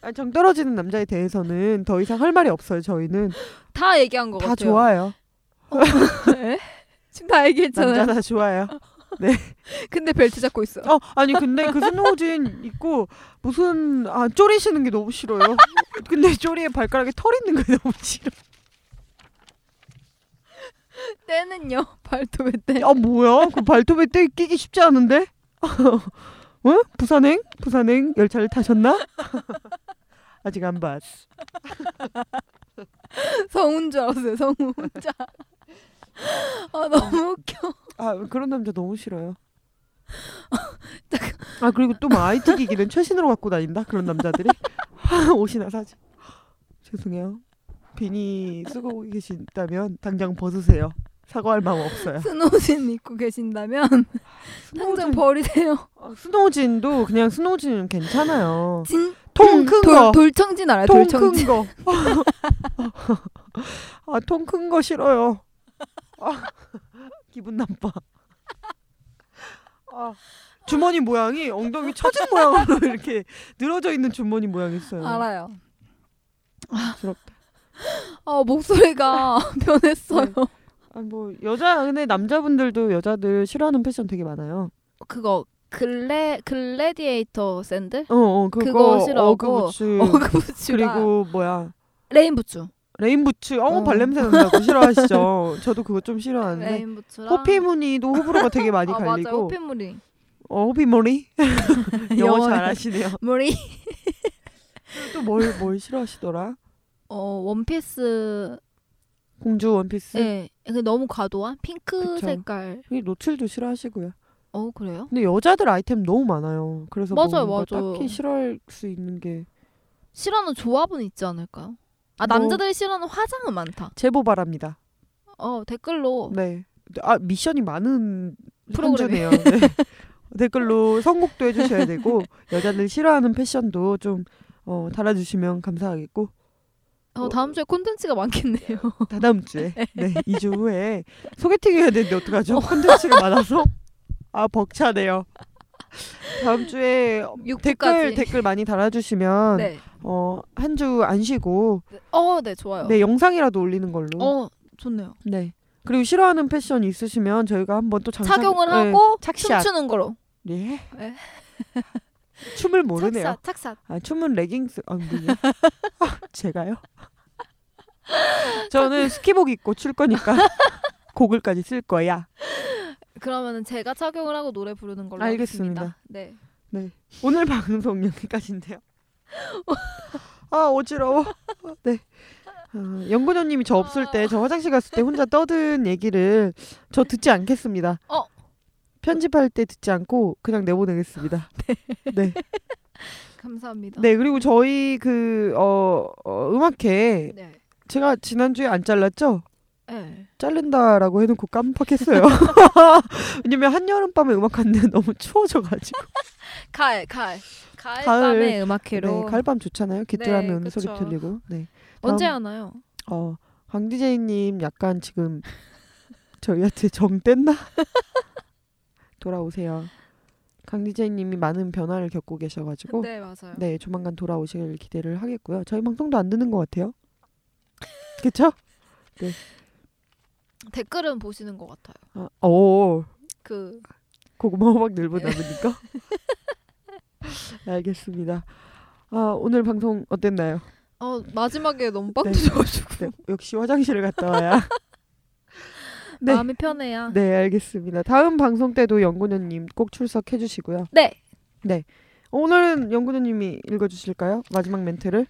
S1: 아, 정 떨어지는 남자에 대해서는 더 이상 할 말이 없어요. 저희는
S2: 다 얘기한 거
S1: 다
S2: 같아요.
S1: 좋아요.
S2: 네? 지금 다 얘기했잖아요.
S1: 남자 다 좋아요.
S2: 근데 벨트 잡고 있어.
S1: 어 아니 근데 그 스노우진 있고 무슨 아 쪼리시는 게 너무 싫어요. 근데 쪼리에 발가락에 털 있는 게 너무 싫어.
S2: 때는요 발톱에 때.
S1: 아 뭐야? 그 발톱에 떼 끼기 쉽지 않은데? 어? 부산행 부산행 열차를 타셨나? 아직 안 봤어.
S2: 성운 줄 알았어요. 성운 혼자. 아 너무 웃겨.
S1: 아 그런 남자 너무 싫어요. 아 그리고 또 뭐 IT 기기는 최신으로 갖고 다닌다 그런 남자들이 옷이나 사지. 죄송해요. 비니 쓰고 계신다면 당장 벗으세요. 사과할 마음 없어요.
S2: 스노우진 입고 계신다면 당장
S1: 스노우진,
S2: 버리세요.
S1: 아, 스노우진도 그냥 스노우진 괜찮아요.
S2: 진
S1: 통 큰
S2: 음, 돌-
S1: 거.
S2: 돌청진 알아요?
S1: 통 큰
S2: 돌청진.
S1: 거. 아, 통 큰 거 싫어요. 아, 기분 나빠. 아, 주머니 모양이 엉덩이 처진 모양으로 이렇게 늘어져 있는 주머니 모양 있어요.
S2: 알아요.
S1: 부럽다.
S2: 아 목소리가 네. 변했어요.
S1: 아, 뭐 여자 근데 남자분들도 여자들 싫어하는 패션 되게 많아요.
S2: 그거 글래 글래디에이터 샌들?
S1: 어, 어 그거,
S2: 그거 싫어하고,
S1: 어그부츠
S2: 어그부츠랑
S1: 음. 그리고 뭐야
S2: 레인 부츠.
S1: 레인 부츠. 어,
S2: 어.
S1: 발냄새 난다고 싫어하시죠. 저도 그거 좀 싫어하는데.
S2: 레인 부츠랑
S1: 네. 호피 무늬도 호불호가 되게 많이
S2: 아, 맞아.
S1: 갈리고.
S2: 호피무늬.
S1: 어, 호피머리? 영어
S2: 영어를-
S1: 잘하시네요.
S2: 머리.
S1: 또 뭘 뭘 싫어하시더라?
S2: 어 원피스.
S1: 공주 원피스.
S2: 예. 네. 너무 과도한 핑크
S1: 그쵸.
S2: 색깔.
S1: 이 노출도 싫어하시고요.
S2: 어 그래요?
S1: 근데 여자들 아이템 너무 많아요. 그래서 뭐
S2: 맞아요,
S1: 뭔가
S2: 맞아요.
S1: 딱히 싫어할 수 있는 게
S2: 싫어하는 조합은 있지 않을까요? 아
S1: 뭐-
S2: 남자들이 싫어하는 화장은 많다.
S1: 제보 바랍니다.
S2: 어 댓글로
S1: 네. 아 미션이 많은
S2: 프로그램이.
S1: 프로그램이에요. 네. 댓글로 선곡도 해주셔야 되고 여자들 싫어하는 패션도 좀 어, 달아주시면 감사하겠고
S2: 어,
S1: 뭐.
S2: 다음 주에 콘텐츠가 많겠네요.
S1: 다다음 주에 네 2주 후에 소개팅 해야 되는데 어떡하죠? 콘텐츠가 많아서 아 벅차네요. 다음 주에 댓글
S2: 육부까지.
S1: 댓글 많이 달아주시면
S2: 네.
S1: 어, 한 주 안 쉬고
S2: 어, 네 좋아요.
S1: 네 영상이라도 올리는 걸로.
S2: 어, 좋네요.
S1: 네. 그리고 싫어하는 패션 있으시면 저희가 한번 또 장착-
S2: 착용을
S1: 네,
S2: 하고
S1: 착샷.
S2: 춤추는 거로.
S1: 예.
S2: 네.
S1: 춤을 모르네요.
S2: 착샷, 착샷.
S1: 아 춤은 레깅스 아 뭐예요? 아, 제가요? 저는 스키복 입고 출 거니까 고글까지 쓸 거야.
S2: 그러면은 제가 착용을 하고 노래 부르는 걸로
S1: 알겠습니다.
S2: 하겠습니다. 네.
S1: 오늘 방송 여기까지인데요. 아 어지러워. 네. 어, 연구자님이 저 없을 때 저 화장실 갔을 때 혼자 떠든 얘기를 저 듣지 않겠습니다.
S2: 어.
S1: 편집할 때 듣지 않고 그냥 내보내겠습니다. 네.
S2: 감사합니다.
S1: 네 그리고 저희 그어 어, 음악회
S2: 네.
S1: 제가 지난주에 안 잘랐죠?
S2: 네.
S1: 자른다라고 해놓고 깜빡했어요. 왜냐면 한여름밤에 음악하는데 너무 추워져가지고.
S2: 아, 가을, 가을. 가을,
S1: 가을.
S2: 밤의 음악회로
S1: 네, 가을밤 좋잖아요.
S2: 네,
S1: 깃들하면 소리
S2: 그쵸.
S1: 들리고. 네.
S2: 언제 하나요?
S1: 어, 강 DJ님 약간 지금 저희한테 정 뗐나? 돌아오세요. 강 DJ님이 많은 변화를 겪고 계셔가지고 네.
S2: 네, 맞아요.
S1: 조만간 돌아오시길 기대를 하겠고요. 저희 방송도 안 듣는 것 같아요. 그쵸?
S2: 댓글은 보시는 것 같아요.
S1: 아, 오
S2: 그
S1: 고구마 호박 늘보 나무니까. 알겠습니다. 아 오늘 방송 어땠나요?
S2: 어, 마지막에 너무 빵
S1: 네.
S2: 터져가지고
S1: 네, 역시 화장실을 갔다 와야. 네.
S2: 마음이 편해야. 네.
S1: 네, 알겠습니다. 다음 방송 때도 연구녀님 꼭 출석해 주시고요.
S2: 네.
S1: 오늘은 연구녀님이 읽어주실까요? 마지막 멘트를.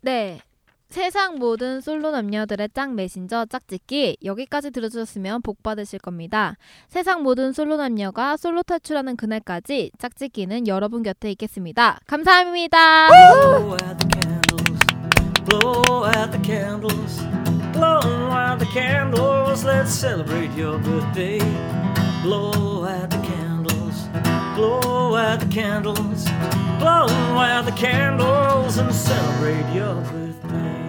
S2: 네. 세상 모든 솔로 남녀들의 짝 메신저 짝짓기 여기까지 들어주셨으면 복 받으실 겁니다. 세상 모든 솔로 남녀가 솔로 탈출하는 그날까지 짝짓기는 여러분 곁에 있겠습니다. 감사합니다.
S5: Blow out the candles, blow out the candles, blow out the candles, let's celebrate your birthday. Blow out the candles, blow out the candles, blow out the candles, and celebrate your birthday.